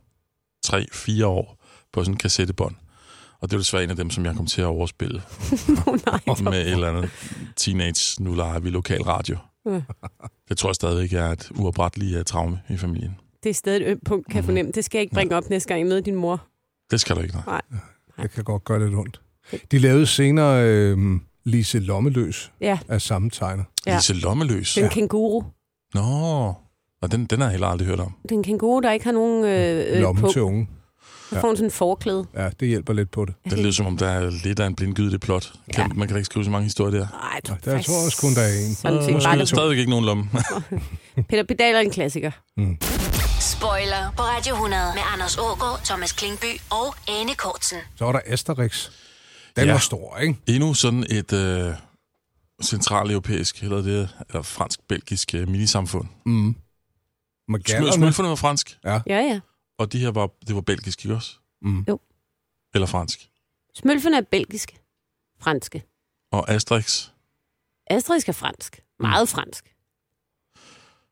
3-4 år på sådan en kassettebånd. Og det var desværre en af dem, som jeg kom til at overspille
Oh, nej, hvor-
med et eller andet teenage, nu leger vi lokal radio.
Ja.
Ja. Det tror jeg stadigvæk er et uopretteligt uh, traume i familien.
det er stadig et ømt punkt, kan jeg fornemme. Det skal jeg ikke bringe op næste gang, jeg møder din mor.
Det skal du ikke, nej.
det kan godt gøre lidt ondt. De lavede senere øh, Lise Lommeløs
Ja,
af samme tegner.
Ja.
Ja. Lise Lommeløs.
den
Ja.
kanguru.
Nå, og den, den har jeg heller aldrig hørt om.
Den kanguru, der ikke har nogen øh, øh,
Lomme
punkt.
til unge.
Så får hun sådan en forklæde.
Ja, det hjælper lidt på det.
Det lyder som om, der er lidt af en blindgyde i det plot. Kan,
Ja.
Man kan da ikke skrive så mange historier der.
Nej, du,
Der tror jeg også kun, der er en.
Sådan set
Måske
bare
er der
det.
stadigvæk ikke nogen lomme.
Peter Pedal er en klassiker.
Spoiler på Radio 100 med Anders Ågaard, Thomas Klingby og Anne Kortsen.
Så var der Asterix. Den ja.
Ja.
var stor, ikke?
Endnu sådan et øh, centraleuropæisk, eller det eller fransk-belgisk øh, minisamfund.
Mm.
Smø-
Magallerne.
Smølfundet var fransk,
Ja, ja.
og de her var, det var belgisk, ikke også?
Mm.
Jo.
Eller fransk.
Smølferne er belgiske. Franske.
Og Asterix.
Asterisk er fransk. Meget
Mm.
fransk.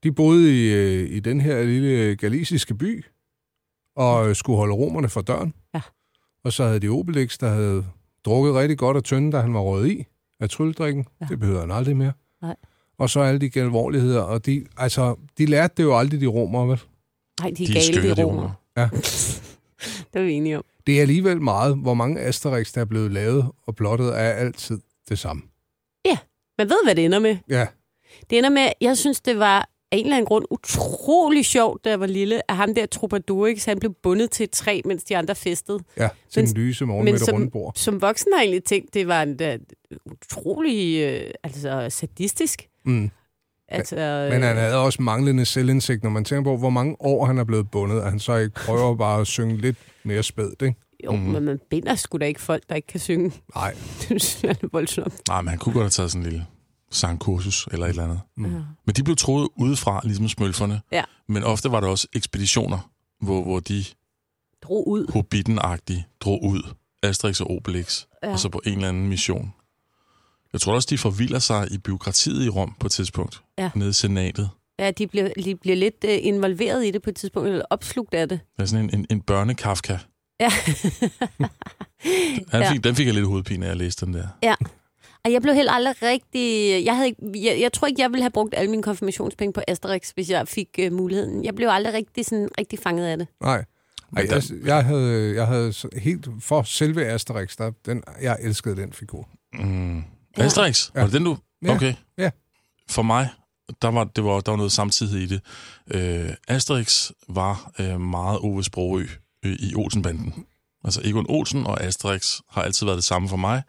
De boede i, øh, i den her lille galiciske by, og øh, skulle holde romerne fra døren.
Ja.
Og så havde de Obelix, der havde drukket rigtig godt af tønden, da han var røget i af trylledrikken. Ja.
Ja.
Det behøver han aldrig mere.
Nej.
Og så alle de galvorligheder, og de, altså, de lærte det jo aldrig, de romere, vel?
Nej, de er,
De er
gale,
skøre,
de
de
romer.
romer.
Ja.
det er vi enige om.
Det er alligevel meget, hvor mange Asterix, der er blevet lavet, og blottet er altid det samme.
Man ved, hvad det ender med.
Ja,
Det ender med, jeg synes, det var af en eller anden grund utrolig sjovt, da jeg var lille, at ham der Troubadourix, han blev bundet til et træ, mens de andre festede.
ja. Til
Men-
den lyse morgen
men
med det
som-
runde bord.
Som voksen har jeg egentlig tænkt, det var en da, utrolig øh, altså, sadistisk.
Mm.
Altså,
Men han havde også manglende selvindsigt, når man tænker på, hvor mange år han er blevet bundet, at han så ikke prøver bare at synge lidt mere spædt, ikke?
øh, jo, men man binder sgu da ikke folk, der ikke kan synge.
Nej,
Det synes jeg er voldsomt.
Nej, men han kunne godt have taget sådan en lille sangkursus eller et eller andet. Mm. Men de blev troet udefra, ligesom smølferne.
Ja.
Men ofte var der også ekspeditioner, hvor, hvor de
Drog ud.
hobbiten drog ud. Asterix og Obelix. Ja. Og så på en eller anden mission. Jeg tror også, de forvilder sig i byråkratiet i Rom på et tidspunkt.
Ja.
Nede i senatet.
Ja, de bliver, de bliver lidt øh, involveret i det på et tidspunkt, eller opslugt af det.
Der er sådan en, en, en børnekafka.
Ja.
Han
Ja.
fik, ja. Den fik jeg lidt hovedpine af at læse den der.
Og jeg blev helt aldrig rigtig... Jeg, havde ikke, jeg, jeg tror ikke, jeg ville have brugt alle mine konfirmationspenge på Asterix, hvis jeg fik øh, muligheden. Jeg blev aldrig rigtig, sådan, rigtig fanget af det.
nej. Ej, jeg, jeg, havde, jeg havde så- helt for selve Asterix, der, den, jeg elskede den figur.
Mm.
Ja.
Ja. Asterix? Ja. Var det den, du...
Ja.
Okay.
Ja.
For mig, der var, det var, der var noget samtidig i det. Øh, Asterix var øh, meget Ove Sprogø øh, i Olsenbanden. Altså Egon Olsen og Asterix har altid været det samme for mig.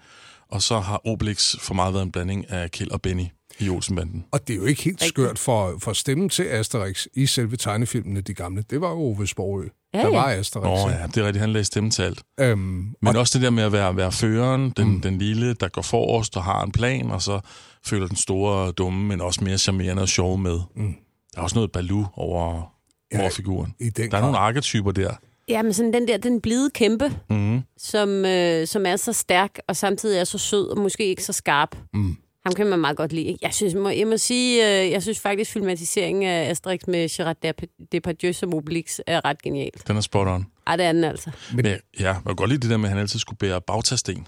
Og så har Obelix for mig været en blanding af Kjeld og Benny i Olsenbanden.
Og det er jo ikke helt skørt for, for stemmen til Asterix i selve tegnefilmene, de gamle. Det var jo Ove Sprogø,
Ja,
der
ja.
var Asterix.
Nå
ikke?
ja, det er rigtigt, han lagde stemme til alt.
Øhm,
Men også det der med at være, være føreren, den, mm. den lille, der går forrest og har en plan, og så føler den store og dumme, men også mere charmerende og sjove med. Mm. Der er også noget balu over,
Ja,
ja, over figuren.
i den
der er
grad.
nogle arketyper der.
Ja, men sådan den der, den blide kæmpe,
Mm.
som, øh, som er så stærk, og samtidig er så sød, og måske ikke så skarp.
Mm.
Ham kan man meget godt lide. ikke? Jeg synes, må, jeg må sige, øh, jeg synes faktisk, filmatiseringen af Asterix med Gerard Dep- Depardieu som Obelix er ret genialt.
Den er spot on.
Ej, det er den altså.
Men, ja, jeg kan godt lide det der med, at han altid skulle bære bagtasten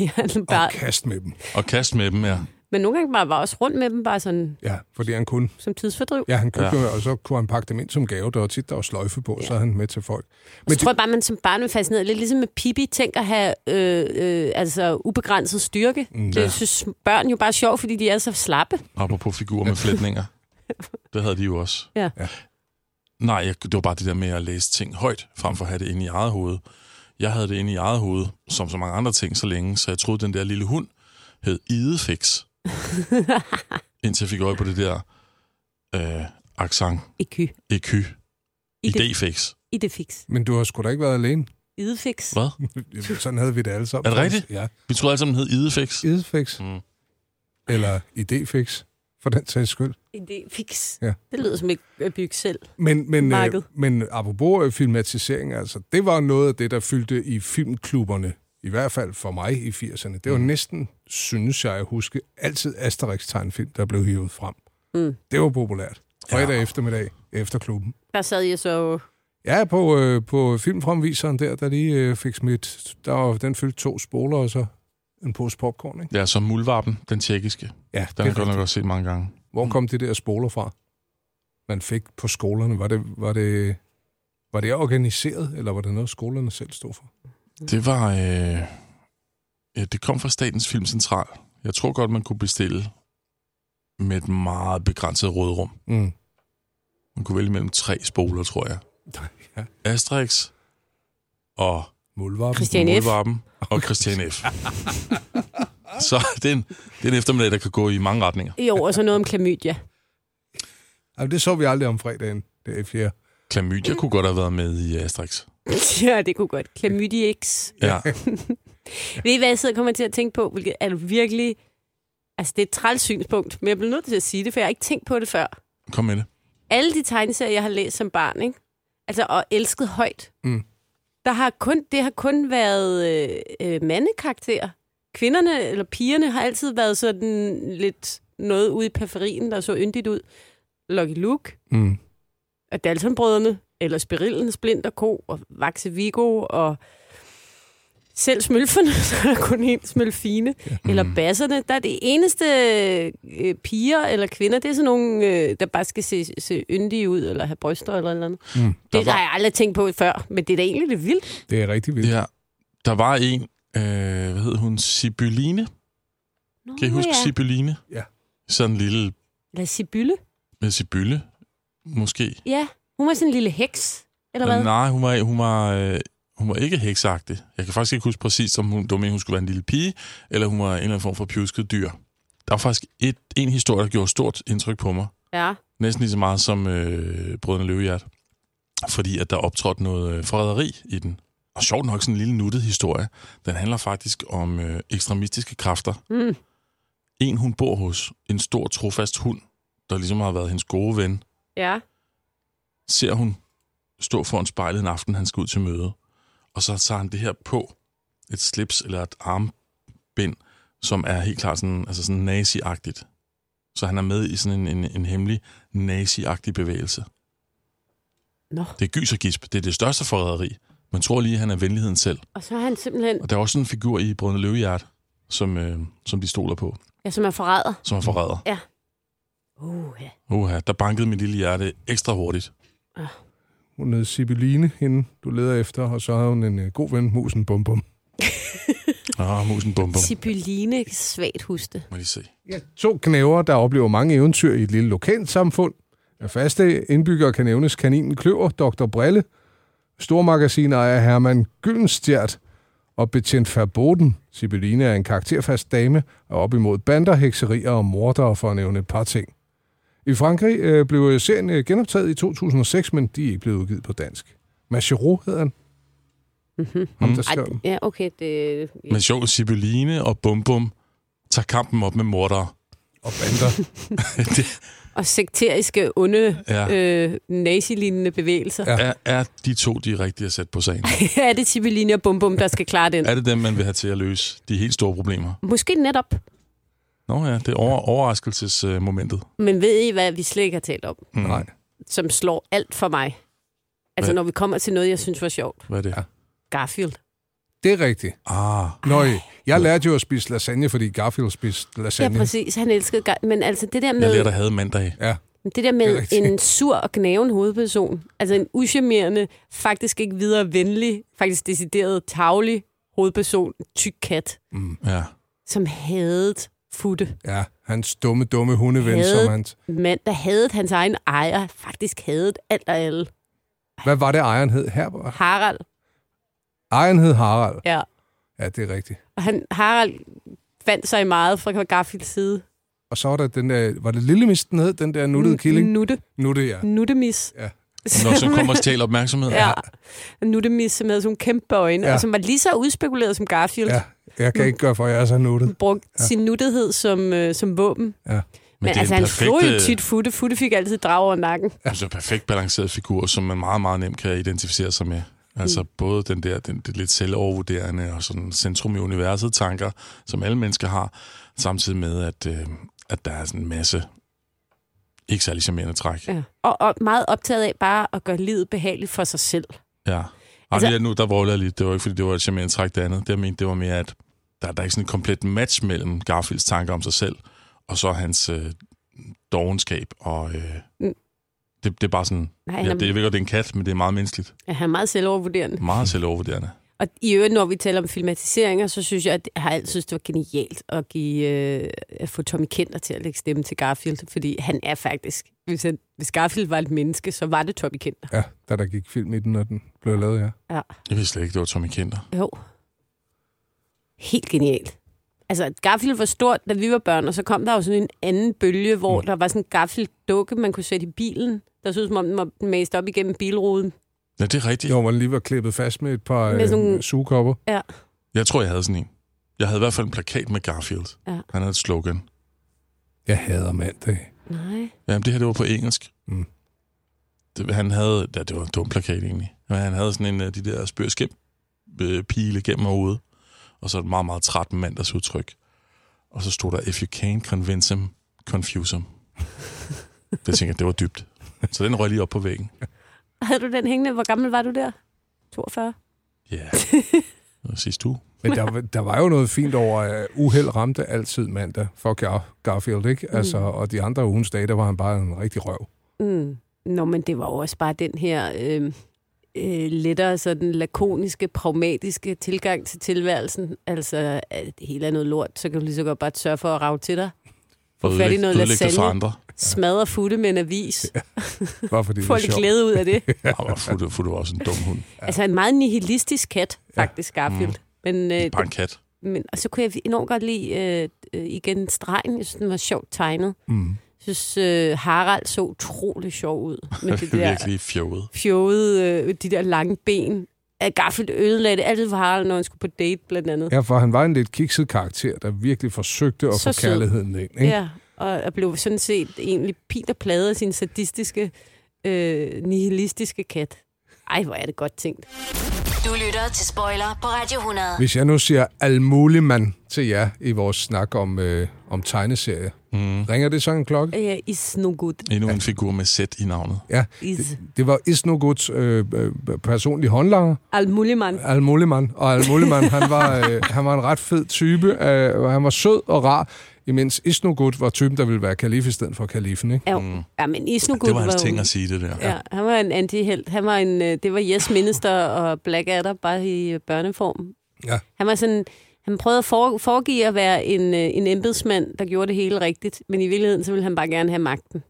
Ja, den bare, okay.
Kast med dem.
og kaste med dem, ja.
Men nogle gange bare var også rundt med dem, bare sådan
Ja, fordi han kunne.
som tidsfordriv. Ja,
Ja, han kunne, ja. og så kunne han pakke dem ind som gave. Der var tit, der var sløjfe på, ja. så havde han med til folk.
men så tror jeg bare, man som barn er fascineret. Lidt ligesom med Pippi, tænker at have øh, øh, altså, ubegrænset styrke. Mm, det synes børn jo bare er sjovt, fordi de er så slappe.
Apropos figurer med flætninger. Det havde de jo også.
Ja.
Ja.
Nej, jeg, det var bare det der med at læse ting højt, frem for at have det inde i eget hoved. Jeg havde det inde i eget hoved, som så mange andre ting så længe, så jeg troede, den der lille hund hed Idefix. Indtil jeg fik øje på det der øh, accent,
Ikke.
EQ,
Ikke.
idefix.
Idefix.
Men du har sgu da ikke været alene.
Idefix.
Hvad?
Sådan havde vi det alle sammen.
Er det rigtigt?
Ja.
Vi troede alle sammen, den hed idefix.
Idefix.
Mm.
Mm. Eller idéfix, for den sags skyld.
Idefix.
Ja.
Det lyder som ikke at bygge selv.
Men, men, øh,
Marked.
men apropos øh, filmatisering, altså, det var noget af det, der fyldte i filmklubberne, i hvert fald for mig i 80'erne.
Mm.
Det var næsten, synes jeg, at huske, altid Asterix-tegnfilm, der blev hivet frem. Mm. Det var populært. Fredag ja. eftermiddag efter klubben.
Der sad jeg så...
Ja, på, øh, på filmfremviseren der, der lige øh, fik smidt, der var, den fyldte to spoler og så en pose popcorn, ikke?
Ja, så Mulvarpen, den tjekkiske.
Ja,
Den har jeg
det er
godt nok også set mange gange.
Hvor kom det der spoler fra, man fik på skolerne? Var det, var det, var det organiseret, eller var det noget, skolerne selv stod for?
Det var... Øh, ja, det kom fra Statens Filmcentral. Jeg tror godt, man kunne bestille med et meget begrænset rådrum.
Mm.
Man kunne vælge mellem tre spoler, tror jeg.
Ja.
Asterix og
Muldvarpen.
Christian F.
Muldvarpen og Christian F. Så det er, en, det er en eftermiddag, der kan gå i mange retninger.
Jo, og så noget om klamydia.
Altså, det så vi aldrig om fredagen, det er fjerde.
Klamydia kunne godt have været med i Asterix.
ja, det kunne godt. Klamydiex.
Ja.
Ved I, hvad jeg sidder og kommer til at tænke på? Hvilket er virkelig... Altså, det er et træls synspunkt, men jeg bliver nødt til at sige det, for jeg har ikke tænkt på det før.
Kom med det.
Alle de tegneserier, jeg har læst som barn, ikke? Altså, og elsket højt.
Mm.
Der har kun, det har kun været øh, øh, mandekarakterer. Kvinderne eller pigerne har altid været sådan lidt noget ude i periferien, der så yndigt ud. Lucky Luke,
Mm.
af Daltonbrødrene, eller Spirillen, Splint og Ko, og Vaxe Vigo, og selv smølferne, så er der kun én smølfine, mm. eller
Mhm.
basserne. Der er det eneste øh, piger eller kvinder, det er sådan nogle, øh, der bare skal se, se yndige ud, eller have bryster eller et eller andet. Mm.
Der
Det
var-
har jeg aldrig tænkt på før, men det er da egentlig lidt vildt.
Det er rigtig vildt. Ja.
Ja, der var en, øh, hvad hed hun, Sibyline?
Nå,
Kan I huske ja. Sibyline?
Ja.
Sådan en lille
Eller Sibylle.
med Sibylle, måske.
Ja, hun var sådan en lille heks, eller hvad?
Nej, hun var, hun var, øh, hun var ikke heksagtig. Jeg kan faktisk ikke huske præcis, om hun, det var meningen, hun skulle være en lille pige, eller hun var en eller anden form for pjusket dyr. Der var faktisk et, en historie, der gjorde stort indtryk på mig.
Ja.
Næsten lige så meget som øh, Brødrene Løvehjert. Fordi at der optrådte noget øh, forræderi i den. Og sjovt nok sådan en lille nuttet historie. Den handler faktisk om øh, ekstremistiske kræfter.
Mm.
En, hun bor hos, en stor trofast hund, der ligesom har været hendes gode ven,
Ja.
ser hun stå foran spejlet en aften, han skal ud til møde. Og så tager han det her på, et slips eller et armbind, som er helt klart sådan, altså sådan nazi-agtigt. Så han er med i sådan en, en, en hemmelig nazi-agtig bevægelse.
Nå,
Det er gys og gisp. Det er det største forræderi. Man tror lige, at han er venligheden selv.
og så er han simpelthen,
Og der er også sådan en figur i Brødende Løvehjert, som, øh, som de stoler på,
ja, som er forræder.
som er forræder.
Uh, ja.
Uha, der bankede mit lille hjerte ekstra hurtigt.
Hun hed Sibyline, hende du leder efter, og så havde hun en øh, god ven, musen Bum Bum.
Ah, musen bum bum.
Sibyline, kan svagt huste.
Må lige se.
Ja, to knæver, der oplever mange eventyr i et lille lokalt samfund. Af faste indbyggere kan nævnes kaninen Kløver, Dr. Brille, stormagasiner af Herman Gyllenstjert og betjent Verboten. Sibyline er en karakterfast dame og op imod bander, hekserier og mordere for at nævne et par ting. I Frankrig øh, blev serien øh, genoptaget i 2006, men de er ikke blevet udgivet på dansk. Machereau hedder han. Mm-hmm. Ham, der
Ej,
skrev den.
ja, okay, det...
Men sjovt, Sibyline og Bum Bum tager kampen op med mordere.
Og bander.
det
Og sekteriske, onde,
Ja.
ja. øh, nazilignende bevægelser. Ja.
Ja.
er, er de to, de er rigtige at sætte på sagen.
er det Sibyline og Bum Bum, der skal klare den?
er det dem, man vil have til at løse de helt store problemer?
Måske netop.
Nå ja, det er over, overraskelsesmomentet.
Men ved I, hvad vi slet ikke har talt om,
Mm.
Nej.
som slår alt for mig? Altså,
Hvad?
når vi kommer til noget, jeg synes var sjovt.
Hvad er det? Ja.
Garfield.
Det er rigtigt.
Ah,
Nøj, jeg lærte jo at spise lasagne, fordi Garfield spiste
Ja,
lasagne.
præcis. Han elskede gar... Men altså, det der
jeg
med,
lærte, at have mandag.
Ja.
det der
Det er
med
rigtigt.
en sur og gnaven hovedperson, altså en uschammerende, faktisk ikke videre venlig, faktisk decideret tavlig hovedperson, tyk kat,
Ja.
som hadet Futte.
ja, hans dumme, dumme hundeven,
Hadet.
som hans...
Mand, der havde hans egen ejer, faktisk hadet alt og alle.
Hvad var det, ejeren hed? Her...
Harald,
Ejeren hed Harald.
ja.
Ja, det er rigtigt.
Og han, Harald fandt sig i meget fra Garfields side.
Og så var der den der... Var det Lille Mist, den hed? Den der nuttede killing?
Nutte.
Nutte, ja.
Nuttemis.
Ja.
Når så kommer og stjæler opmærksomhed.
Ja. Nuttemis, som havde sådan nogle kæmpe øjne,
Ja.
ja. og som var lige så udspekuleret som Garfield.
ja. Jeg kan ikke gøre for, at jeg er så nuttet.
Brugte ja. sin nuttethed som, øh, som våben.
Ja.
Men,
det
Men
er
altså,
en
han
perfekt,
slog jo
øh,
tit Futte. Futte fik altid drag over nakken.
Altså en perfekt balanceret figur, som man meget, meget nemt kan identificere sig med. Altså mm. både den der, den, det lidt selvovervurderende og sådan centrum i universet tanker, som alle mennesker har, samtidig med, at, øh, at der er sådan en masse ikke særlig charmerende træk. Ja.
Ja. Og, og meget optaget af bare at gøre livet behageligt for sig selv.
ja. Altså,
Altså-
lige nu, der vrøvler jeg lidt. Det var ikke, fordi det var et charmerende træk, det andet. Det jeg mente, det var mere, at der, der er ikke sådan et komplet match mellem Garfields tanker om sig selv, og så hans øh, dogenskab. Og øh,
Mm.
det, det er bare sådan...
Nej,
Ja,
han, er,
det, jeg ved godt, det er en kat, men det er meget menneskeligt.
ja, han er meget selvovervurderende.
Meget selvovervurderende.
Og i øvrigt, når vi taler om filmatiseringer, så synes jeg, at jeg har altid synes, det var genialt at, give, øh, at få Tommy Kenter til at lægge stemme til Garfield, fordi han er faktisk... Hvis, han, hvis Garfield var et menneske, så var det Tommy Kenter.
Ja, da der gik film i den, når den blev lavet, ja.
Ja.
Jeg vidste slet ikke, det var Tommy Kenter.
Jo. Helt genialt. Altså, Garfield var stort, da vi var børn, og så kom der jo sådan en anden bølge, hvor der var sådan en Garfield-dukke, man kunne sætte i bilen. Der så ud, som om den var mast op igennem bilruden.
Ja, det er rigtigt.
Jo,
Jo.
hvor den lige var klippet fast med et par
Med sådan-
øh, sugekopper.
Jeg tror, jeg havde sådan en. Jeg havde i hvert fald en plakat med Garfield.
Ja.
Han havde et slogan.
Jeg hader mandag.
Nej.
Jamen, det her, det var på engelsk.
Mm.
Det, han havde... Ja, det var en dum plakat egentlig. Men han havde sådan en af de der spørgskim øh, pile gennem hovedet. Og så et meget, meget træt mandagsudtryk. Og så stod der, if you can't convince him, confuse him. det tænker jeg, det var dybt. Så den røg lige op på væggen.
Havde du den hængende? Hvor gammel var du der? 42?
Ja. Yeah. Det var sidste uge.
Men der, var- der var jo noget fint over, at uheld ramte altid mandag for Gar- Garfield, ikke? Altså, og de andre ugens dage, der var han bare en rigtig røv.
Mm. Nå, men det var jo også bare den her øh, øh, lettere sådan lakoniske, pragmatiske tilgang til tilværelsen. Altså, at det hele er noget lort, så kan du lige så godt bare sørge for at rave til dig. Få fat i
Ødelægge-
noget
ødelægge det for
lasagne.
andre.
Smadre futte med en avis.
Bare fordi det
Få
er
lidt
sjovt.
glæde ud af det.
Ja, og Futte, Futte var også en dum hund.
Ja. Altså en meget nihilistisk kat, faktisk, Garfield. Mm. Men, øh,
Bare en kat.
men, og så kunne jeg enormt godt lide øh, øh, igen stregen. Jeg synes, den var sjovt tegnet. Mm. Jeg synes, øh, Harald så utrolig sjov ud. Med det
Det er
der
virkelig fjollet.
fjode, øh, de der lange ben. At Garfield ødelagde det altid for Harald, når han skulle på date, blandt andet.
Ja, for han var en lidt kikset karakter, der virkelig forsøgte at
Så
få
sød.
kærligheden ind, ikke?
Ja, og, og blev sådan set egentlig pint og pladet af sin sadistiske, øh, nihilistiske kat. Ej, hvor er det godt tænkt.
Du lytter til Spoiler på Radio 100.
Hvis jeg nu siger almuligmand til jer i vores snak om, øh, om tegneserier, mm. ringer det så en klokke?
Øh, is no good.
Endnu en figur med sæt i navnet.
Ja,
Is
det var Isnoguts øh, øh, personlige håndlanger,
al mulig mand.
Al Mulliman. Og Al Mulliman, han var, øh, han var en ret fed type. Øh, og han var sød og rar, imens Isnogut var typen, der ville være kalif i stedet for kalifen. Ikke?
Ja, mm. ja men Isnogud
Det var hans
jo-
ting at sige, det der.
Ja, han var en antihelt. Han var en, øh, det var Yes Minister og Blackadder, bare i øh, børneform.
Ja.
Han var sådan, han prøvede at for, foregive at være en, øh, en embedsmand, der gjorde det hele rigtigt, men i virkeligheden, så ville han bare gerne have magten.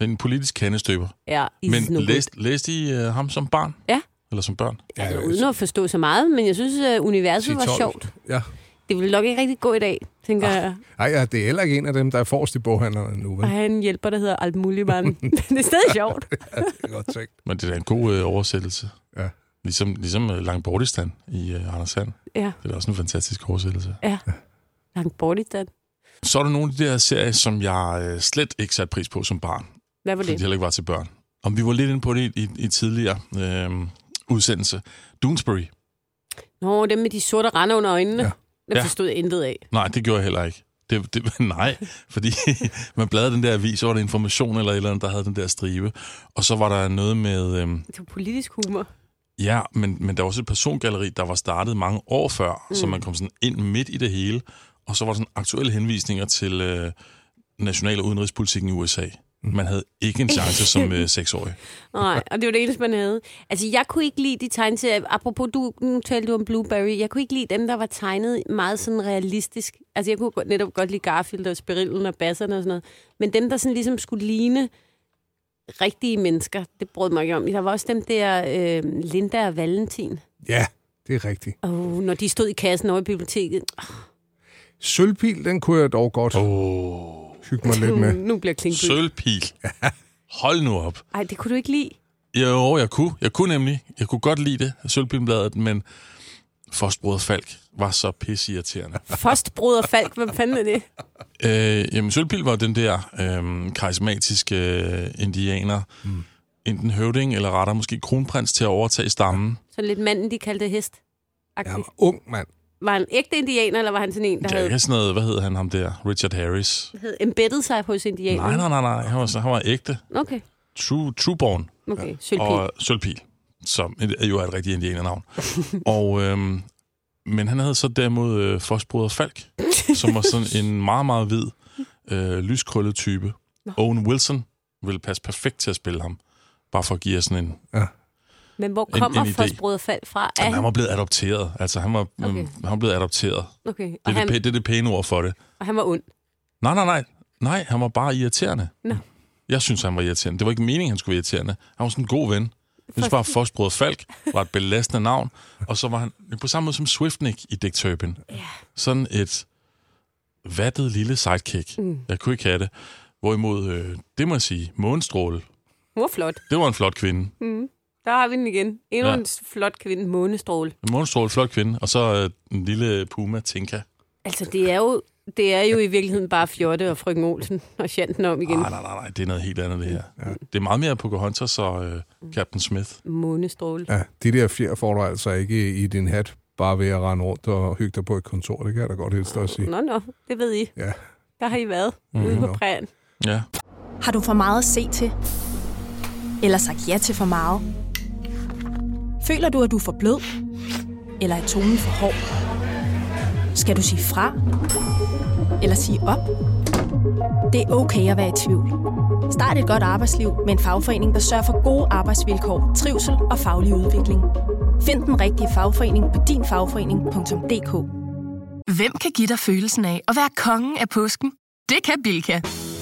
En politisk kandestøber.
Ja,
Men
Isnogud.
læste, læste I uh, ham som barn?
Ja.
Eller som børn?
Altså, uden at forstå så meget, men jeg synes, uh, universet var
10-12.
sjovt.
Ja.
Det ville nok ikke rigtig gå i dag, tænker
Ah,
jeg.
Ej, ja, det er heller ikke en af dem, der er forrest i boghandlerne nu. Vel?
Og
Ja,
han hjælper, der hedder Alt Muligman. det er stadig sjovt.
det er godt tænkt.
Men det er da en god uh, oversættelse.
Ja.
Ligesom, ligesom uh, Langbordistan i uh, Anders Sand.
Ja,
Det er da også en fantastisk oversættelse.
ja. Langt bort i den.
Så er der nogle af de der serier, som jeg uh, slet ikke satte pris på som barn.
Hvad var
Fordi de
det?
heller ikke var til børn. Om vi var lidt inde på det i, i, i tidligere øh, udsendelse. Doonesbury.
Nå, dem med de sorte rande under øjnene.
Ja.
Ja. Dem
Ja.
forstod jeg intet af.
Nej, det gjorde jeg heller ikke. Det, det, nej, fordi man bladrede den der avis, så var der information eller et eller andet, der havde den der stribe. Og så var der noget med... Øhm,
Det var politisk humor.
Ja, men, men der var også et persongalleri, der var startet mange år før, mm. så
Mm.
man kom sådan ind midt i det hele, og så var der sådan aktuelle henvisninger til øh, national- og udenrigspolitikken i USA. Man havde ikke en chance som øh, seksårig.
Nej, og det var det eneste, man havde. Altså, jeg kunne ikke lide de tegneserier. Apropos, du, nu talte du om Blueberry. Jeg kunne ikke lide dem, der var tegnet meget sådan realistisk. Altså, jeg kunne godt- netop godt lide Garfield og Spirillen og Basserne og sådan noget. Men dem, der sådan ligesom skulle ligne rigtige mennesker, det brød mig ikke om. Der var også dem der øh, Linda og Valentin.
Ja, det er rigtigt.
Oh, når de stod i kassen over i biblioteket.
Sølvpil, den kunne jeg dog godt oh. hygge mig lidt med.
Nu bliver Klingby.
Sølvpil. Hold nu op.
Ej, det kunne du ikke lide.
Jo, jeg kunne. Jeg kunne nemlig. Jeg kunne godt lide det, Sølvpilbladet, men Forstbrød Falk var så pisseirriterende.
Fostbruder Falk, hvad fanden er det?
Øh, jamen, Sølvpil var den der øh, karismatiske øh, indianer, mm. enten høvding eller retter måske kronprins til at overtage stammen.
Sådan lidt manden, de kaldte hest.
Jeg var ung mand.
Var han ægte indianer, eller var han sådan en, der
Det er
havde,
ikke sådan noget, hvad hed han ham der? Richard Harris.
havde embeddet sig hos indianerne?
Nej, nej, nej, nej. Han var, så- han var ægte.
Okay,
True, Trueborn
okay. Sølvpil.
og Sølvpil, som er jo er et rigtigt indianernavn. og, øhm, men han havde så derimod øh, Fosbroder Falk, som var sådan en meget, meget hvid, øh, lyskrøllet type. Owen Wilson ville passe perfekt til at spille ham. Bare for at give jer sådan en...
Men hvor
en-
kommer
en idé.
Fosbrød Falk fra? Er
Jamen, han
han?
var blevet adopteret. Altså, han var, okay.
Okay.
han var blevet adopteret.
Okay,
Det
og
er det,
han,
pæ- det er det pæne ord for det.
og han var ond.
Nej, nej, nej. Nej, han var bare irriterende.
Nå.
Jeg synes, han var irriterende. Det var ikke meningen, han skulle være irriterende. Han var sådan en god ven. Jeg synes bare, Fosbrød Falk var et belastende navn. Og så var han på samme måde som Swiftnick i Dick Turpin. Ja. Sådan et vattet lille sidekick. Mm. Jeg kunne ikke have det. Hvorimod, øh, det må jeg sige, Månestråle,
Hun var flot.
det var en flot kvinde. Mm.
Der har vi den igen. Endnu
Ja.
ja. en s- flot kvinde, Månestråle.
Månestråle, flot kvinde. Og så øh, en lille puma, Tinka.
Altså, det er jo, det er jo i virkeligheden bare Fjotte og Frøken Olsen og Shanten om igen.
Nej, nej, nej, nej, det er noget helt andet, det her. Ja. Det er meget mere Pocahontas og øh, Captain Smith.
Månestråle.
Ja, de der fjer får du altså ikke i, i din hat, bare ved at rende rundt og hygge dig på et kontor. Det kan jeg da godt helst også sige.
Nå, nå, det ved I.
Ja.
Der har I været
Mhm.
mm, ude på
Nå.
prægen.
Ja.
Har du for meget at se til? Eller sagt ja til for meget? Føler du, at du er for blød? Eller er tonen for hård? Skal du sige fra? Eller sige op? Det er okay at være i tvivl. Start et godt arbejdsliv med en fagforening, der sørger for gode arbejdsvilkår, trivsel og faglig udvikling. Find den rigtige fagforening på dinfagforening.dk
Hvem kan give dig følelsen af at være kongen af påsken? Det kan Bilka!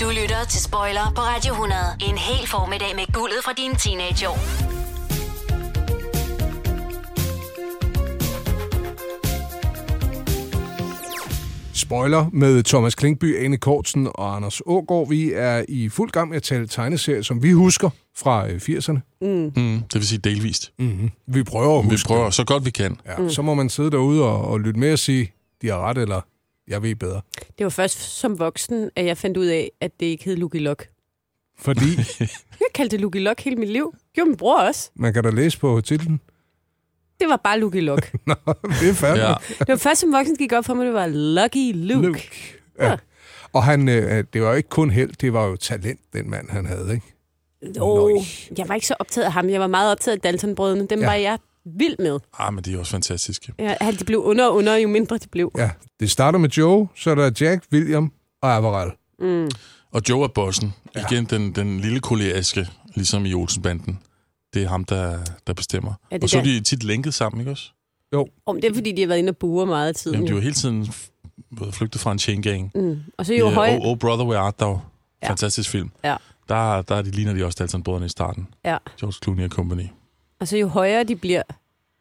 Du lytter til Spoiler på Radio 100. En hel formiddag med guldet fra dine teenageår.
Spoiler med Thomas Klinkby, Ane Kortsen og Anders Ågaard. Vi er i fuld gang med at tale tegneserier, som vi husker fra øh, 80'erne.
Mm, det vil sige delvist.
Vi prøver at
Vi
huske.
prøver så godt vi kan.
Ja, Så må man sidde derude og, og lytte med og sige, de har ret, eller jeg ved bedre.
Det var først som voksen, at jeg fandt ud af, at det ikke hed Lucky Luck.
Fordi
Jeg kaldte det Lucky Luck hele mit liv. Gjorde min bror også.
man kan da læse på titlen.
Det var bare Lucky Luck.
Nå, det er fandme.
Ja.
Ja.
Det var først som voksen gik op for mig, det var Lucky Luke.
Luke. Ja. Og han, øh, det var jo ikke kun held, det var jo talent, den mand han havde, ikke?
Oh,
Nøj.
jeg var ikke så optaget af ham. Jeg var meget optaget af Dalton-brødrene. Dem
Ja.
ja. var jeg vild med.
Ah, men de er også fantastiske.
Jeg, altså, de blev under og under, jo mindre de blev.
Ja. Det starter med Joe, så er der Jack, William og Averell.
Og Joe er bossen. Igen den, den lille koleriske, ligesom i Olsenbanden. det er ham, der, der bestemmer.
Ja, det
og så er
der-
de tit lænket sammen, ikke også?
Jo.
Om det er, fordi de har været inde og bure meget af tiden.
Jamen, de
jo.
var hele tiden f- både flygtet fra en chain gang.
Mm. Og så jo
Øh,
høj-
Oh, oh, Brother, Where Art Thou.
Ja.
Fantastisk film.
Ja.
Der, der de ligner de også alle sammen brødrene i starten.
Ja.
George Clooney og company.
Og så jo højere de bliver,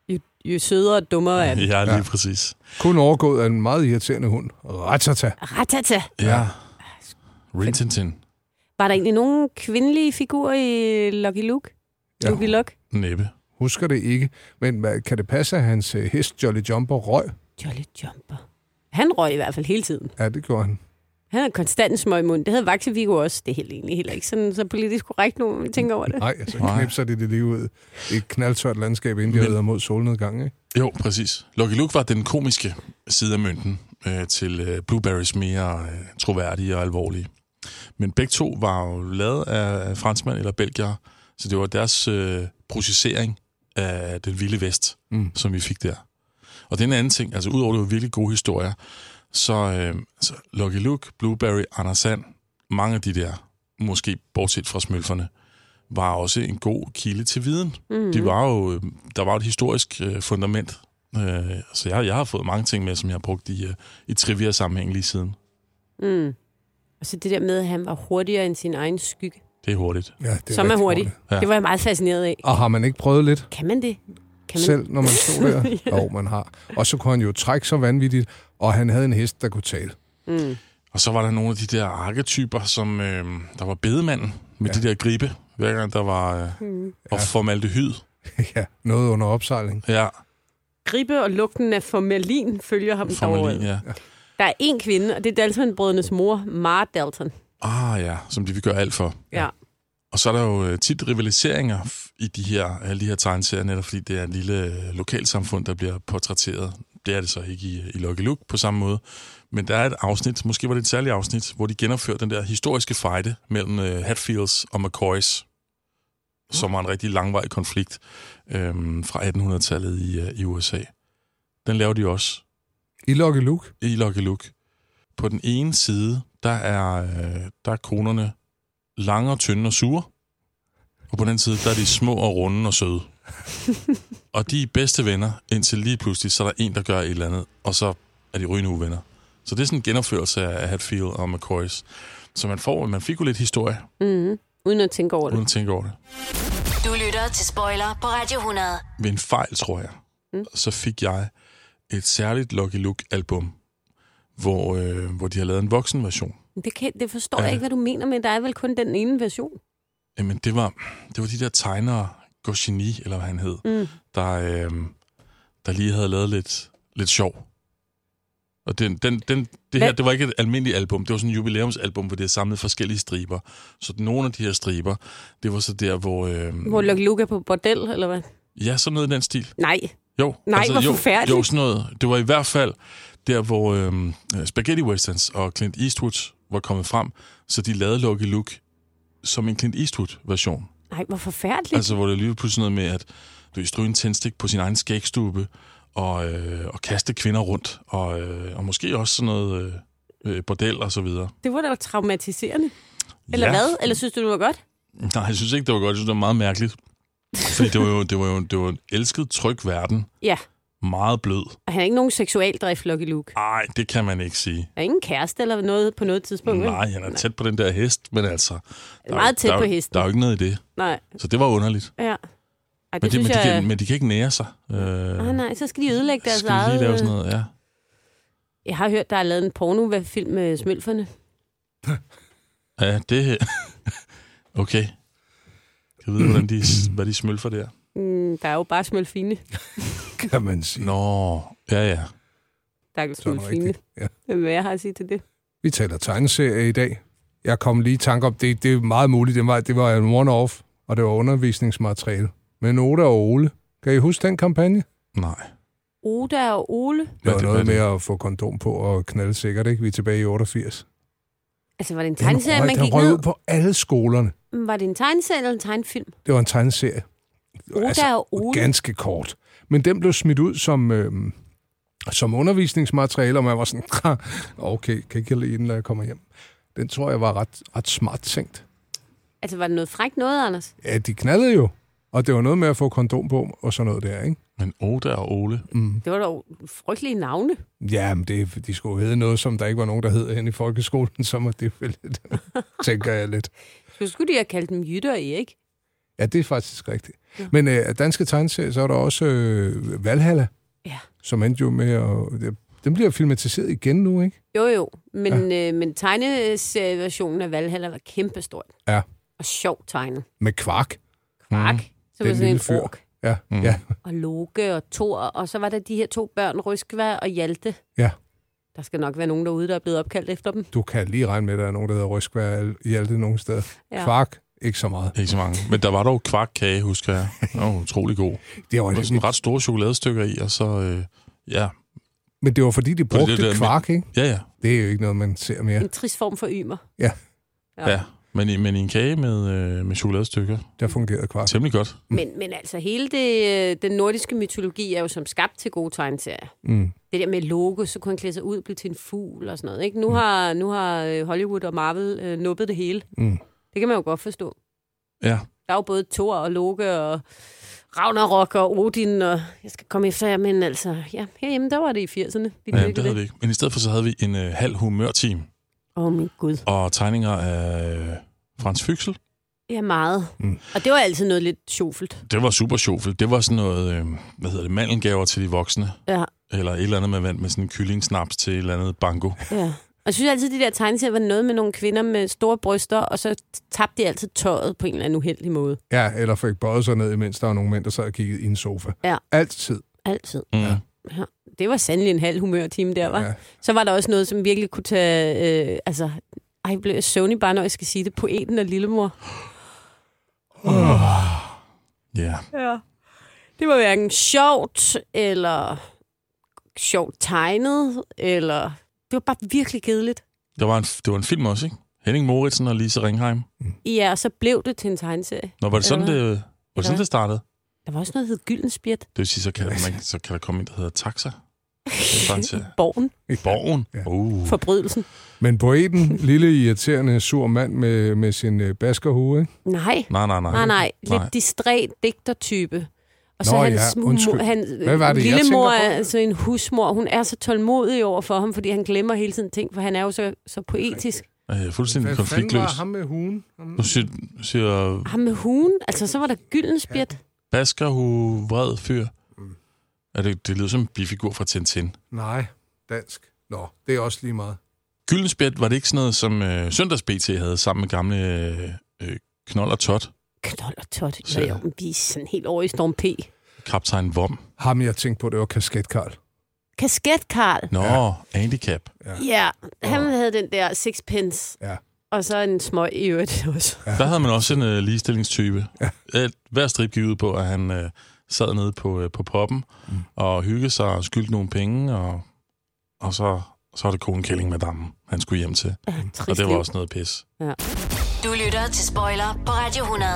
jo, jo sødere og dummere er de.
Ja, lige præcis.
Kun overgået af en meget irriterende hund. Ratata.
Ratata.
Ja. Rintintin.
Var der egentlig nogen kvindelige figurer i Lucky Luke?
Ja.
Ja. Lucky Luke?
Næppe.
Husker det ikke. Men hvad, kan det passe, at hans øh, hest Jolly Jumper røg?
Jolly Jumper. Han røg i hvert fald hele tiden.
Ja, det gjorde han.
Han havde konstant en smøg mund. Det havde Vaxe Vigo også. Det er helt, egentlig heller ikke sådan, så politisk korrekt nu, når man tænker over det.
Nej, så knipser det det lige ud. i Et knaldtørt landskab, inden de rider mod solnedgang, ikke?
Jo, præcis. Lucky Luke var den komiske side af mønten øh, til øh, Blueberries mere øh, troværdige og alvorlige. Men begge to var jo lavet af franskmænd eller belgier, så det var deres øh, processering af den vilde vest,
Mm.
mm. som vi fik der. Og det er en anden ting, altså udover det var virkelig gode historier, så øh, altså, Lucky Luke, Blueberry, Anders Sand, mange af de der, måske bortset fra smølferne, var også en god kilde til viden.
Mhm.
Mm. De var jo, øh, der var jo et historisk øh, fundament, øh, så jeg, jeg har fået mange ting med, som jeg har brugt i, øh, i trivia-sammenhæng lige siden.
Mm. Og så det der med, at han var hurtigere end sin egen skygge,
Det er hurtigt.
Ja, det
som er
rigtig
hurtig.
Ja.
Det var jeg meget fascineret af.
Og har man ikke prøvet lidt?
Kan man det? Kan man...
Selv når man stod der?
ja.
Jo, man har. Og så kunne han jo trække så vanvittigt, og han havde en hest, der kunne tale.
Mm.
Og så var der nogle af de der arketyper, som øh, der var bedemanden med ja. de der gribe, hver gang der var øh,
Mm.
og formaldehyd.
ja, noget under opsejling.
Ja,
Gribe og lugten af formalin følger ham
formalin,
derovre.
ja.
Der er en kvinde, og det er Dalton-brødrenes mor, Mara Dalton.
Ah ja, som de vil gøre alt for.
Ja.
Og så er der jo øh, tit rivaliseringer f- i de her, alle de her tegneserier, netop fordi det er en lille øh, lokalsamfund, der bliver portrætteret. Det er det så ikke i, i Lucky Luke på samme måde. Men der er et afsnit, måske var det et særligt afsnit, hvor de genopfører den der historiske fejde mellem øh, Hatfields og McCoys, som var en rigtig langvarig konflikt øh, fra 1800-tallet i, øh, i USA. Den laver de også.
I Lucky Luke?
I Lucky Luke. På den ene side, der er, øh, der er konerne lange og tynde og sure. Og på den anden side, der er de små og runde og søde. og de er bedste venner, indtil lige pludselig, så er der en, der gør et eller andet, og så er de rygende uvenner. Så det er sådan en genopførelse af Hatfield og McCoys. Så man, får, man fik jo lidt historie,
Mm. Uden at tænke over det.
uden at tænke over det.
Du lytter til Spoiler på Radio 100.
ved en fejl, tror jeg,
Mm.
mm. så fik jeg et særligt Lucky Luke-album, hvor, øh, hvor de har lavet en voksenversion.
Det, kan, det forstår
Ja. Mm.
jeg ikke, hvad du mener med. Der er vel kun den ene version.
Jamen, det var, det var de der tegnere, Goscinny, eller hvad han hed,
Mm.
der, øh, der lige havde lavet lidt, lidt sjov. Og den, den, den, det her, det var ikke et almindeligt album, det var sådan et jubilæumsalbum, hvor det er samlet forskellige striber. Så nogle af de her striber, det var så der, hvor... Øh,
Hvor Lucky Luke er på bordel, eller hvad?
Ja, sådan noget i den stil.
Nej.
Jo. altså,
Nej, hvor
jo,
forfærdeligt.
Jo, sådan noget. Det var i hvert fald der, hvor øhm, Spaghetti Westerns og Clint Eastwood var kommet frem, så de lavede Lucky Luke som en Clint Eastwood-version.
Nej, hvor forfærdeligt.
Altså, hvor det lige pludselig noget med, at du stryge en tændstik på sin egen skægstube, og, øh, og kaste kvinder rundt, og, øh, og måske også sådan noget øh, øh, bordel og så videre.
Det var da traumatiserende. Eller
Ja.
hvad? Eller synes du, det var godt?
Nej, jeg synes ikke, det var godt. Jeg synes, det var meget mærkeligt. Fordi det var jo, det var jo det var en elsket, tryg verden.
Ja.
Meget blød.
Og han har ikke nogen seksualdrift, Lucky Luke.
Nej, det kan man ikke sige.
Der er ingen kæreste eller noget på noget tidspunkt. vel?
Nej, han er tæt på den der hest, men altså... Der er
Mhm. Meget
jo-
tæt
der, er
på
jo-
hesten.
Der er jo ikke noget i det.
Nej.
Så det var underligt.
Ja. Ej, det,
men, det,
synes
men, de
jeg...
kan, men de kan ikke nære sig. Øh,
Ah, nej, så skal de ødelægge deres
skal de lige lave
eget... øh,
sådan noget, ja.
Jeg har hørt, der er lavet en pornofilm med smølferne.
Ja, det... okay. Jeg ved, hvordan de, hvad de smølfer der.
Mm, der er jo bare smølfine.
Kan man sige.
Nå, ja, ja.
Stakkels
Så er det
smølfine.
rigtigt, ja.
Hvad jeg har at sige til det?
Vi taler tegneserie i dag. Jeg kom lige i tanke om, det, det er meget muligt, det var, det var en one-off, og det var undervisningsmateriale. Men Oda og Ole, kan I huske den kampagne?
Nej.
Oda og Ole.
Det var noget med at få kondom på og knalde sikkert, ikke? Vi er tilbage i 88.
Altså, var det en
Den
tegneserie,
røg-
man
den
gik
røg
ned?
ud på alle skolerne.
Var det en tegneserie eller en tegnefilm?
Det var en tegneserie. Altså,
Oda og Ole.
Ganske kort. Men den blev smidt ud som, øh, som undervisningsmateriale, og man var sådan, "Ha, okay, kan ikke jeg lide den, når jeg kommer hjem. Den tror jeg var ret, ret smart tænkt.
Altså, var det noget frækt noget, Anders?
Ja, de knaldede jo. Og det var noget med at få kondom på og sådan noget der, ikke?
Men Oda og Ole.
Mm.
Det var dog frygtelige navne.
Ja, men det, de skulle jo hedde noget, som der ikke var nogen, der hed hen i folkeskolen, så må det vel lidt, tænker jeg lidt.
Så skulle de have kaldt dem Jytte og Erik.
Ja, det er faktisk rigtigt.
Ja.
Men øh, af danske tegneserier, så er der også øh, Valhalla,
Ja.
som endte jo med at... det- Den bliver filmatiseret igen nu, ikke?
Jo, jo. Men, ja. øh, men tegneserieversionen af Valhalla var kæmpestort.
Ja. Mhm.
Og sjovt tegnet.
Med Kvark. Kvark? Mm.
Som var sådan en ork.
Ja, mm. ja,
Og Loke og Thor. Og så var der de her to børn, Ryskva og Hjalte.
ja.
Der skal nok være nogen derude, der er blevet opkaldt efter dem.
Du kan lige regne med, at der er nogen, der hedder Ryskvær i alt det nogle steder.
Ja.
Ja. Kvark, ikke så meget.
Ikke så mange. Men der var dog kvarkkage, husker jeg. Den var utrolig god.
Det var,
der var sådan ret store chokoladestykker i, og så... Øh, ja.
Men det var fordi, de brugte
der med-
kvark, ikke?
Ja, ja.
Det er jo ikke noget, man ser mere.
En trist form for ymer.
Ja,
ja. ja. Men, i, men i en kage med, øh, med chokoladestykker.
Der fungerede kvark.
Temmelig godt.
Men, men altså, hele det, øh, den nordiske mytologi er jo som skabt til gode tegneserier.
Mm.
Det der med Loke, så kunne han klæde sig ud og blive til en fugl og sådan noget. Ikke? Nu, har, nu har øh, Hollywood og Marvel øh, nuppet det hele.
Mm.
Det kan man jo godt forstå.
Ja.
Der er jo både Thor og Loke og Ragnarok og Odin, og jeg skal komme efter jer, men altså, ja, herhjemme, der var det i 80'erne. Vi
Ja,
dyrkede
det havde vi ikke. Men i stedet for, så havde vi en øh, halv humør-team.
Åh, oh, min Gud.
Og tegninger af øh, Frans Fyksel.
Ja, meget. Mm. Og det var altid noget lidt sjovt.
Det var super sjovt. Det var sådan noget, øh, hvad hedder det, mandelgaver til de voksne.
Ja,
Eller et eller andet, man vandt med sådan en kyllingsnaps til et eller andet banko.
ja. Og jeg synes altid, de der tegneserier var noget med nogle kvinder med store bryster, og så tabte de altid tøjet på en eller anden uheldig måde.
ja eller fik bøjet sig ned, imens der var nogle mænd, der sad og kiggede i en sofa.
Ja.
Altid.
Altid.
Mm. Ja.
Ja, det var sandelig en halv humørtime der, var. Ja. Så var der også noget, som virkelig kunne tage... Øh, altså, ej, blev jeg søvnig bare, når jeg skal sige det. Poeten og lillemor.
Ja.
Ja. Det var hverken sjovt, eller sjovt tegnet, eller... Det var bare virkelig kedeligt.
Der var en, det var en film også, ikke? Henning Moritsen og Lise Ringheim.
Ja, og så blev det til en tegneserie.
Nå, var det sådan,
Eller
det,
hvad?
var det, sådan, det startede?
Der var også noget, der hed Gyldenspjæt.
Det vil sige, så kan, man, så kan der komme en, der hedder Taxa. Taxa.
Borgen.
Borgen? Ja. Uh.
Forbrydelsen.
Men poeten, lille irriterende sur mand med, med sin øh, baskerhue, ikke?
Nej.
Nej, nej,
Nej, nej. nej. Lidt distræt digtertype. Og så
Nå
hans,
ja,
ja,
undskyld.
han,
Hvad var det, jeg
lillemor
tænker
er altså en husmor. Hun er så tålmodig over for ham, fordi han glemmer hele tiden ting, for han er jo så, så poetisk.
Øh, fuldstændig
Hvad fanden var
konfliktløs.
ham med hugen?
Nu siger, siger
Ham med hugen, altså så var der Gyldenspjæt.
Basker, hu, vred fyr. Er det, det lyder som en bifigur fra Tintin.
Nej, dansk. Nå, det er også lige meget.
Gyldenspjæt, var det ikke sådan noget, som øh, Søndags-BT havde sammen med gamle øh, øh, Knold og Tot?
Knold og tot.
Så-
Så... Jo, vi er sådan helt over i Storm P.
Kaptajn Vom.
Ham, jeg tænkte på, det var Kasketkarl.
Kasket Karl.
Nå, ja. handicap.
Ja, han havde den der sixpence.
Ja.
Og så en smøg i øvrigt også.
Der havde man også en øh, ligestillingstype. Ja. Hver strip gik ud på, at han øh, sad nede på, øh, på poppen mm. og hyggede sig og skyldte nogle penge, og, og så, så var det konen Kælling Madame, han skulle hjem til.
Ja,
og
trist
det var
liv.
også noget pis.
Ja.
Du lytter til Spoiler på Radio 100.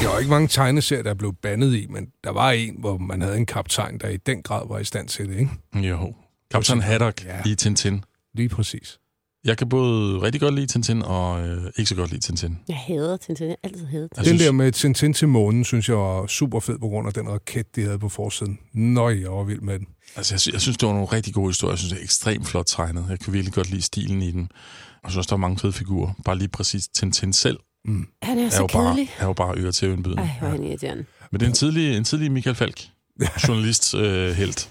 Der var ikke mange tegneserier, der blev bandet i, men der var en, hvor man havde en kaptajn, der i den grad var i stand til det, ikke?
Jo. Kaptajn Haddock ja. i Tintin.
Lige præcis.
Jeg kan både rigtig godt lide Tintin og øh, ikke så godt lide Tintin.
Jeg hader Tintin. Jeg har altid hader
Den
Tintin.
synes... der med Tintin til månen, synes jeg var super fed på grund af den raket, de havde på forsiden. Nøj, jeg var vild med den.
Altså, jeg, sy- jeg synes, det var nogle rigtig gode historier. Jeg synes, det er ekstremt flot tegnet. Jeg kan virkelig godt lide stilen i den. Og jeg synes, også, der er mange fede figurer. Bare lige præcis Tintin selv.
Mm.
Han er
er,
så
jo bare,
kedelig.
er jo bare øre til øjenbydende.
Ej, hvor er han irriterende.
Men det er en tidlig, en tidlig Michael Falk, journalist øh, helt,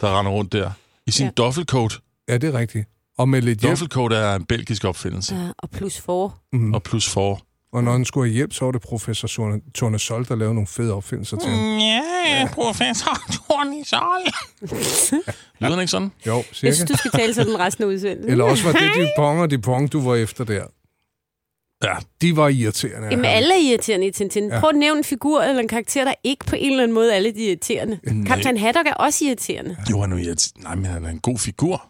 der render rundt der. I sin ja. doffelcoat.
Ja, det er rigtigt. Og med lidt hjælp.
Doffelcoat er en belgisk opfindelse.
Ja, og plus for.
Mm.
Og plus for.
Og når han skulle have hjælp, så var det professor Sorne- Torne Sol, der lavede nogle fede opfindelser til
Mm.
ham.
Ja, professor Tony Sol. Lyder den ikke sådan?
Jo,
Jeg
cirka.
synes, du skal tale sådan resten af udsendelsen.
Eller også var det de pong og de pong, du var efter der.
Ja.
De var irriterende.
Jamen, alle er irriterende i Tintin.
Ja.
Prøv at nævne en figur eller en karakter, der ikke på en eller anden måde er lidt irriterende.
Nej.
Kaptajn Haddock er også irriterende.
Jo, han er jo irrit- Nej, men han er en god figur.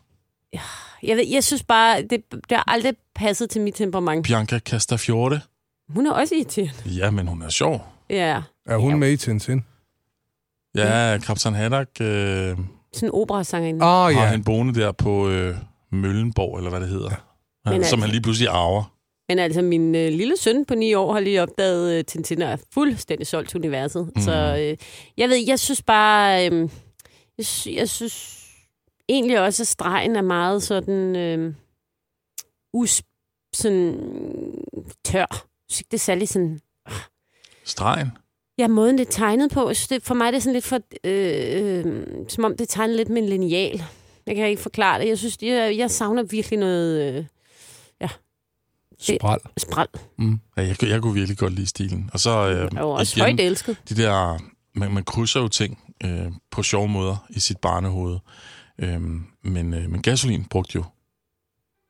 Jeg, ved, jeg synes bare, det, det har aldrig passet til mit temperament.
Bianca Castafiore.
Hun er også irriterende.
Ja, men hun er sjov.
Ja,
Er hun med i Tintin? Ah,
Ja, Kaptajn Haddock øh,
sådan en operasangerinde.
Åh, oh,
har
ja.
han boende der på øh, Møllenborg, eller hvad det hedder. Ja.
Men
Ja,
altså-
som han lige pludselig arver.
Men altså, min øh, lille søn på ni år har lige opdaget øh, Tintin og er fuldstændig solgt til universet. Mm. Så øh, jeg ved, jeg synes bare... Øh, jeg, sy- jeg synes egentlig også, at stregen er meget sådan... Øh, us... Sådan... Tør. Jeg synes ikke, det er særlig sådan...
Stregen.
Ja, måden det er tegnet på. Jeg synes, det, for mig er det sådan lidt for... Øh, øh, som om det er tegnet lidt med en lineal. Jeg kan ikke forklare det. Jeg synes, jeg, jeg savner virkelig noget... Øh, ja.
Spral.
Spral.
Mm.
Ja, jeg, kunne- jeg kunne virkelig godt lide stilen. Og så øh,
Jeg var også højt elsket.
de der... Man, man krydser jo ting øh, på sjove måder i sit barnehoved. Øh, men, øh, men gasolin brugte jo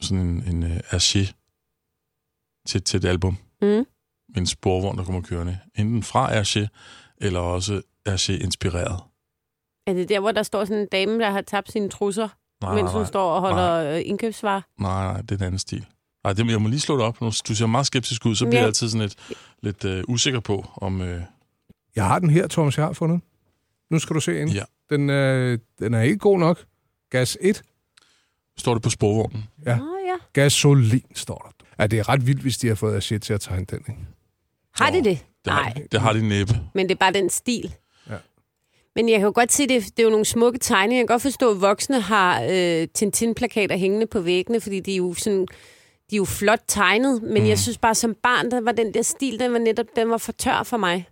sådan en, en øh, aché til, til et album.
Mm.
En sporvogn, der kommer kørende. Enten fra aché, eller også aché-inspireret.
Er det der, hvor der står sådan en dame, der har tabt sine trusser,
Nej,
nej, mens
Ah, nej,
hun
nej.
står og holder nej. indkøbsvarer?
Nej, nej, det er en anden stil. Nej, det, jeg må lige slå det op. Nu, du ser meget skeptisk ud, så
Ja.
bliver jeg altid sådan lidt, lidt øh, usikker på, om... Øh,
Jeg har den her, Thomas, jeg har fundet. Nu skal du se ind.
Ja.
Den, øh, den er ikke god nok. Gas 1.
Står det på sporvognen?
Ja.
Oh, ja.
Gasolin står der. Ja, det er ret vildt, hvis de har fået Asher til at tegne den, ikke?
Har de det?
det, har, det har de næppe.
Men det er bare den stil.
Ja.
Men jeg kan jo godt se, det, det er jo nogle smukke tegninger. Jeg kan godt forstå, at voksne har øh, Tintin-plakater hængende på væggene, fordi de er jo sådan... De er jo flot tegnet, men mm. jeg synes bare, som barn, der var den der stil, den var netop den var for tør for mig.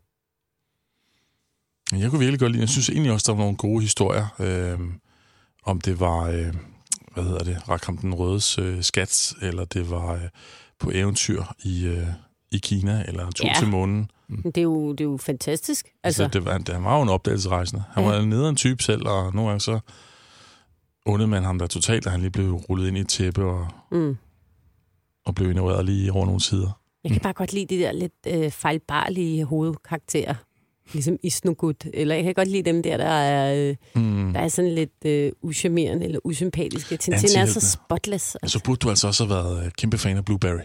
Men Jeg kunne virkelig godt lide... Jeg synes egentlig også, der var nogle gode historier. Øh, om det var... Øh, hvad hedder det? Rakam den Rødes øh, skat, eller det var øh, på eventyr i, øh, i Kina, eller to
Ja.
til månen.
Mm. Det, er jo, det er jo fantastisk.
Altså,
Altså,
altså det var, det, han var jo en opdagelsesrejsende. Han
Ja.
var nede en type selv, og nogle gange så undede man ham der totalt, at han lige blev rullet ind i et tæppe og,
mm.
og blev ignoreret lige over nogle sider.
Jeg kan bare godt lide de der lidt øh, fejlbarlige hovedkarakterer. Ligesom Isnogut. Eller jeg kan godt lide dem der, der er, øh,
Mm.
mm. der er sådan lidt øh, uschammerende eller usympatiske. Tintin er så
Antihelte.
spotless.
Og så burde du altså også have været øh, kæmpe fan af Blueberry.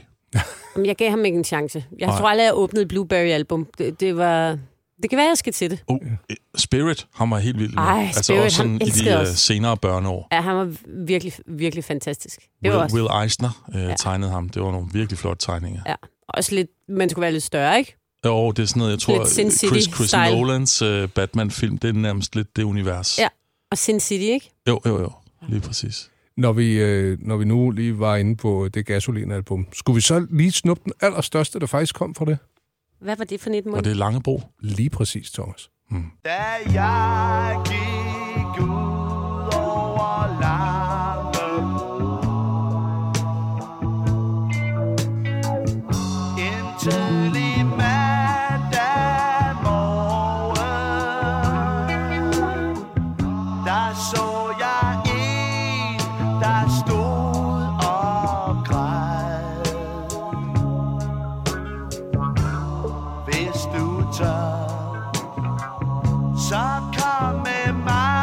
Jamen, jeg gav ham ikke en chance. Jeg
Nej.
tror aldrig, jeg åbnede Blueberry-album. Det, det var... Det kan være, jeg skal til det.
Oh, øh, Spirit, han var helt vild med.
Ej,
altså
Spirit,
også sådan
ham
i de
elskede
øh,
os.
senere børneår.
Ja, han var virkelig, virkelig fantastisk. Det var
Will,
også,
Will Eisner øh, ja. tegnede ham. Det var nogle virkelig flotte tegninger.
ja, også lidt... Man skulle være lidt større, ikke?
Jo, det er sådan noget, jeg tror,
Lidt Sin
øh, Chris,
City
Chris
style.
Nolans øh, Batman-film, det er nærmest lidt det univers.
Ja. Og Sin City, ikke?
Jo, jo, jo. Lige præcis.
Når vi, øh, når vi nu lige var inde på det gasolin-album, skulle vi så lige snuppe den allerstørste, der faktisk kom fra det?
Hvad var det for et
Og
måned?
Langebro?
Lige præcis, Thomas. Mm.
Da jeg gik ud over landet En tidlig mandag morgen Der så jeg en, der stod og græd Hvis du tør så kom med mig.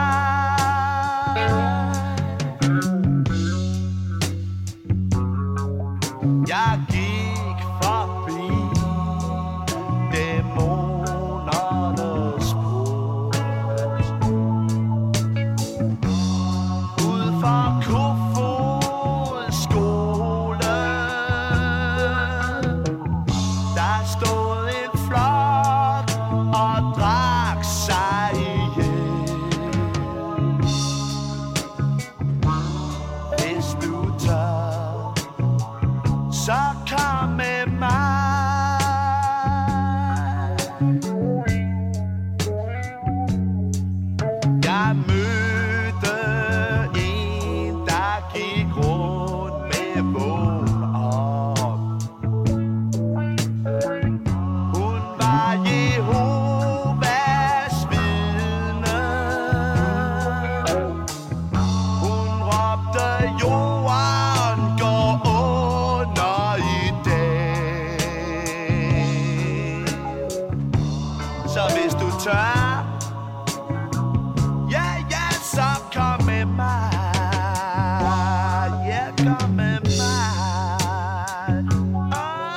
Jeg gik forbi dæmonernes port. Ud for Kofoeds skole, der stod en flok og drak sig ihjel. Hvis du tør, så kom med mig. Jeg mødte en, der gik rundt med vågen op. Hun var Jehovas vidne. Hun råbte, jorden går under i dag. Så hvis du tør, ja, ja, så kom med mig. Ja, kom med mig. Ah.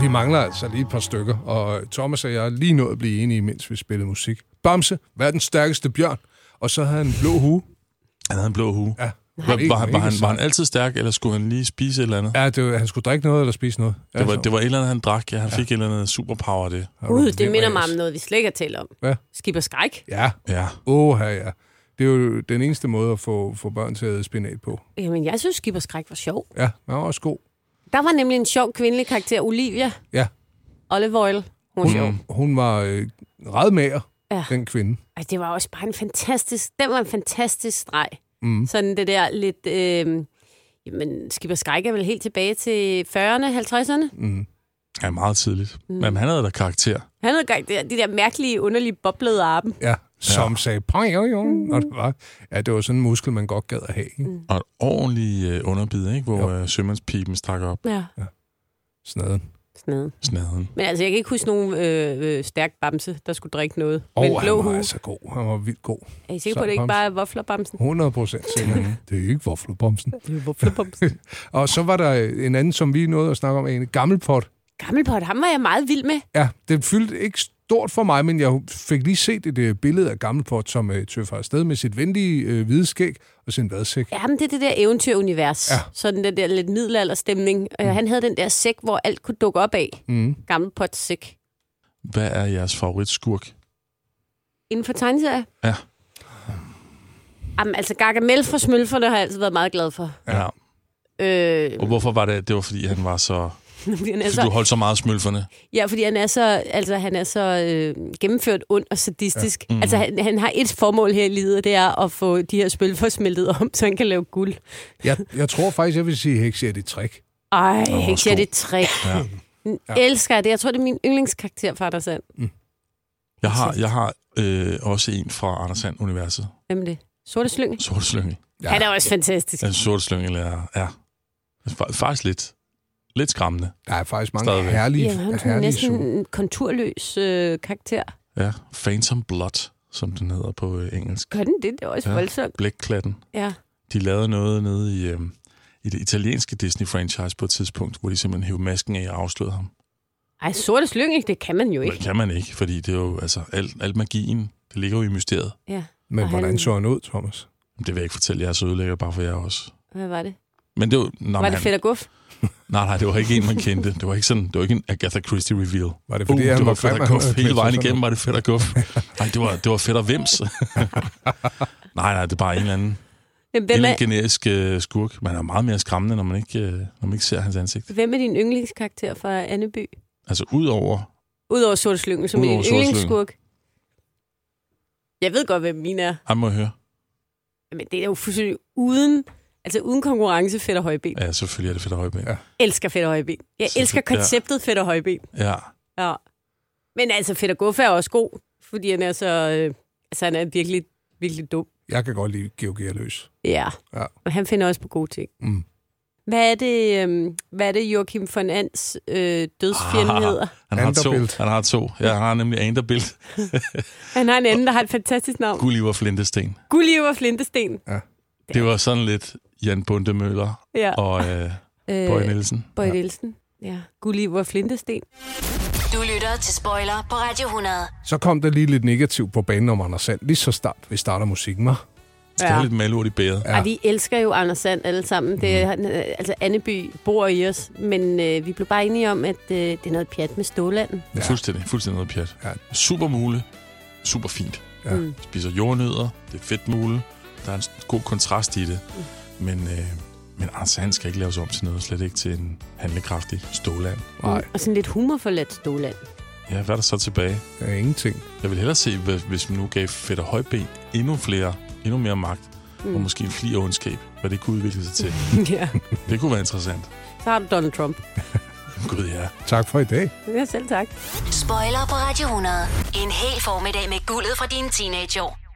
vi mangler altså lige et par stykker, og Thomas og jeg er lige nået at blive enige, mens vi spillede musik. Bamse, verdens stærkeste bjørn, og så havde han en blå hue.
Han havde en blå hue?
Ja.
Var, var, var, var, han, var han altid stærk, eller skulle han lige spise et eller andet?
Ja, det var, han skulle drikke noget eller spise noget.
Det var, det var et eller andet, han drak. Ja, han fik et eller andet superpower af det.
Gud, det minder mig om noget, vi slet ikke har talt om.
Hvad?
Skib og skræk.
Ja.
Ja.
Åh, ja, ja. Det er jo den eneste måde at få, få børn til at æde spinat på.
Jamen, jeg synes, Skib og skræk var sjov.
Ja, den var også god.
Der var nemlig en sjov kvindelig karakter, Olivia
Ja. Mm.
Olive Oil. Hun var
Mm.
sjov.
Hun, hun var øh, ret mager,
Ja.
ja. den kvinde.
Ej, det var også bare en fantastisk... Den var en fantastisk streg.
Mm.
Sådan det der lidt... Øh, jamen, Skib og skræk er vel helt tilbage til 40'erne, 50'erne?
Mm. Ja, meget tidligt.
Mm.
Mm. Men han havde da karakter.
Han havde gang de, de der mærkelige, underlige, boblede arme.
Ja, som ja. sagde, "Pang, jo, jo. Og det var, ja, det var sådan en muskel, man godt gad at have. Ikke?
Og en ordentlig øh, underbid, ikke? hvor øh, sømandspipen stak op.
Ja.
Snaden.
Snaden.
Snaden.
Men altså, jeg kan ikke huske nogen øh, øh, stærk bamse, der skulle drikke noget.
Og
Men
han var altså god. Han var vildt god.
Er I sikre på, at det ikke bare er voflerbamsen?
100 procent sikkert. Det er ikke voflebomsen.
Mhm. Det er voflebomsen.
og så var der en anden, som vi nåede at snakke om, en gammelpot.
Gammelpot, ham var jeg meget vild med.
Ja, det fyldte ikke stort for mig, men jeg fik lige set et øh, billede af gammelpot, som øh, tøffer afsted med sit venlige øh, hvide skæg og sin vadsæk.
Ja, men det er det der eventyrunivers.
Ja.
Sådan den der lidt middelalderstemning. Mm. Han havde den der sæk, hvor alt kunne dukke op af.
Mm.
Gammelpots sæk.
Hvad er jeres favoritskurk?
Inden for tegneserier?
Ja.
Jamen, altså Gargamel fra Smølferne har jeg altid været meget glad for.
ja.
Øh,
Og hvorfor var det? Det var, fordi han var så...
fordi han er
Fordi du
så,
holdt så meget af smølferne.
ja, fordi han er så, altså, han er så øh, gennemført ond og sadistisk. Ja.
Ja.
Mm.
Mhm.
Altså, han, han, har et formål her i livet, og det er at få de her smølfer smeltet om, så han kan lave guld.
Jeg, jeg tror faktisk, jeg vil sige, at er det trick.
Ej,
Åh,
oh,
stor.
det er trick.
Ja.
Ja. Elsker jeg det. Jeg tror, det er min yndlingskarakter fra Anders Sand.
Jeg har, jeg har øh, også en fra Anders Sand Universet.
Hvem er det? Sorte Slyngel?
Sorte Slynge.
Ja. Han er også fantastisk.
En sorte slynge, ja. ja. Fa- Faktisk lidt, lidt skræmmende.
Der er faktisk mange
Stadigvæk.
herlige,
Jamen, han er sådan
herlige
næsten
næsten...
en konturløs øh, karakter.
Ja, Phantom Blood, som den hedder på øh, engelsk.
Gør den det? Det er også ja. voldsomt.
Blækklatten.
Ja.
De lavede noget nede i, øh, i det italienske Disney-franchise på et tidspunkt, hvor de simpelthen hævde masken af og afslørede ham.
Ej, sorte slyngel, det kan man jo
Men det
ikke.
kan man ikke, fordi det er jo, altså, alt, alt magien, det ligger jo i mysteriet.
Ja.
Men
Og
hvordan
han-
så han ud, Thomas?
Jamen, Det vil jeg ikke fortælle jer, så ødelægger jeg bare for jer også.
Hvad var det?
Men det var, nå,
Nå,
men
var det
han-
fedt og guf?
Nej, nej, det var ikke en, man kendte. Det var ikke sådan, det var ikke en Agatha Christie reveal.
Var det fordi, han
Uh, det
var
var fedt
grim, at han
og
havde
guf. Hele
klædt sig
vejen
sådan?
igennem var det fedt og guf. Nej, det var, det var fedt og vims. nej, nej, det er bare en eller anden, en
Hvem
eller
er,
anden generisk øh, skurk. Man er meget mere skræmmende, når man ikke, øh, når man ikke ser hans ansigt.
hvem er din yndlingskarakter fra Anneby?
Altså, udover...
Udover sorte slyngel, som er
Udover
din
Sorte Slyngel.
yndlingsskurk. Jeg ved godt, hvem min er.
Han må jeg høre.
Men det er jo fuldstændig uden, altså uden konkurrence fedt og højben.
Ja, selvfølgelig er det fedt og højben. Ja.
Elsker fedt og højben. Jeg
Selvfølgelig,
elsker
ja.
konceptet fedt og højben.
ja.
Ja. Men altså, Fedder Guffe er også god, fordi han er så... Øh, altså, han er virkelig, virkelig dum.
Jeg kan godt lide Georg Gerløs.
Ja.
Ja.
Og han finder også på gode ting.
Mm.
Hvad er det, øh, hvad er det Joachim von Ans øh, dødsfjende hedder?
Han har, to,
Vanderbilt.
han har to. Ja, han har nemlig Anderbilt.
Han har en anden, der har et fantastisk navn.
Gulliver Flintesten.
Gulliver Flintesten.
Det var sådan lidt Jan Bundemøller
Ja.
og øh, Bøje Nielsen.
Bøje Nielsen. Ja. Gulliver Flintesten.
Du lytter til Spoiler på Radio 100.
Så kom der lige lidt negativt på banen om Anders Sand, lige så start, vi starter musikken, var.
Ja. Det er lidt
malort i bæret.
Ja. Og vi elsker jo Anders Sand alle sammen. Det, er- han, øh, altså, Anneby bor i os, men øh, vi blev bare enige om, at øh, det er noget pjat med Stålanden.
Ja. Fuldstændig, fuldstændig noget pjat.
Ja.
Super mule, super fint.
Ja.
Mm.
Spiser jordnødder, det er fedt mule. Der er en god kontrast i det. Men, øh, men altså, han skal ikke laves om til noget, slet ikke til en handlekraftig ståland.
Nej.
Og sådan lidt humorforladt Ståland.
Ja, hvad er der så tilbage?
Ja, Øh, ingenting.
Jeg vil hellere se, hvad- hvis vi nu gav Fedt og Højben endnu flere, endnu mere magt,
Mm.
mm. og måske en fli af ondskab, hvad det kunne udvikle sig til.
ja.
det kunne være interessant.
Så har du Donald Trump.
Gud ja.
Tak for i dag.
Ja, selv tak.
Spoiler på Radio 100. En hel formiddag med guldet fra dine teenageår.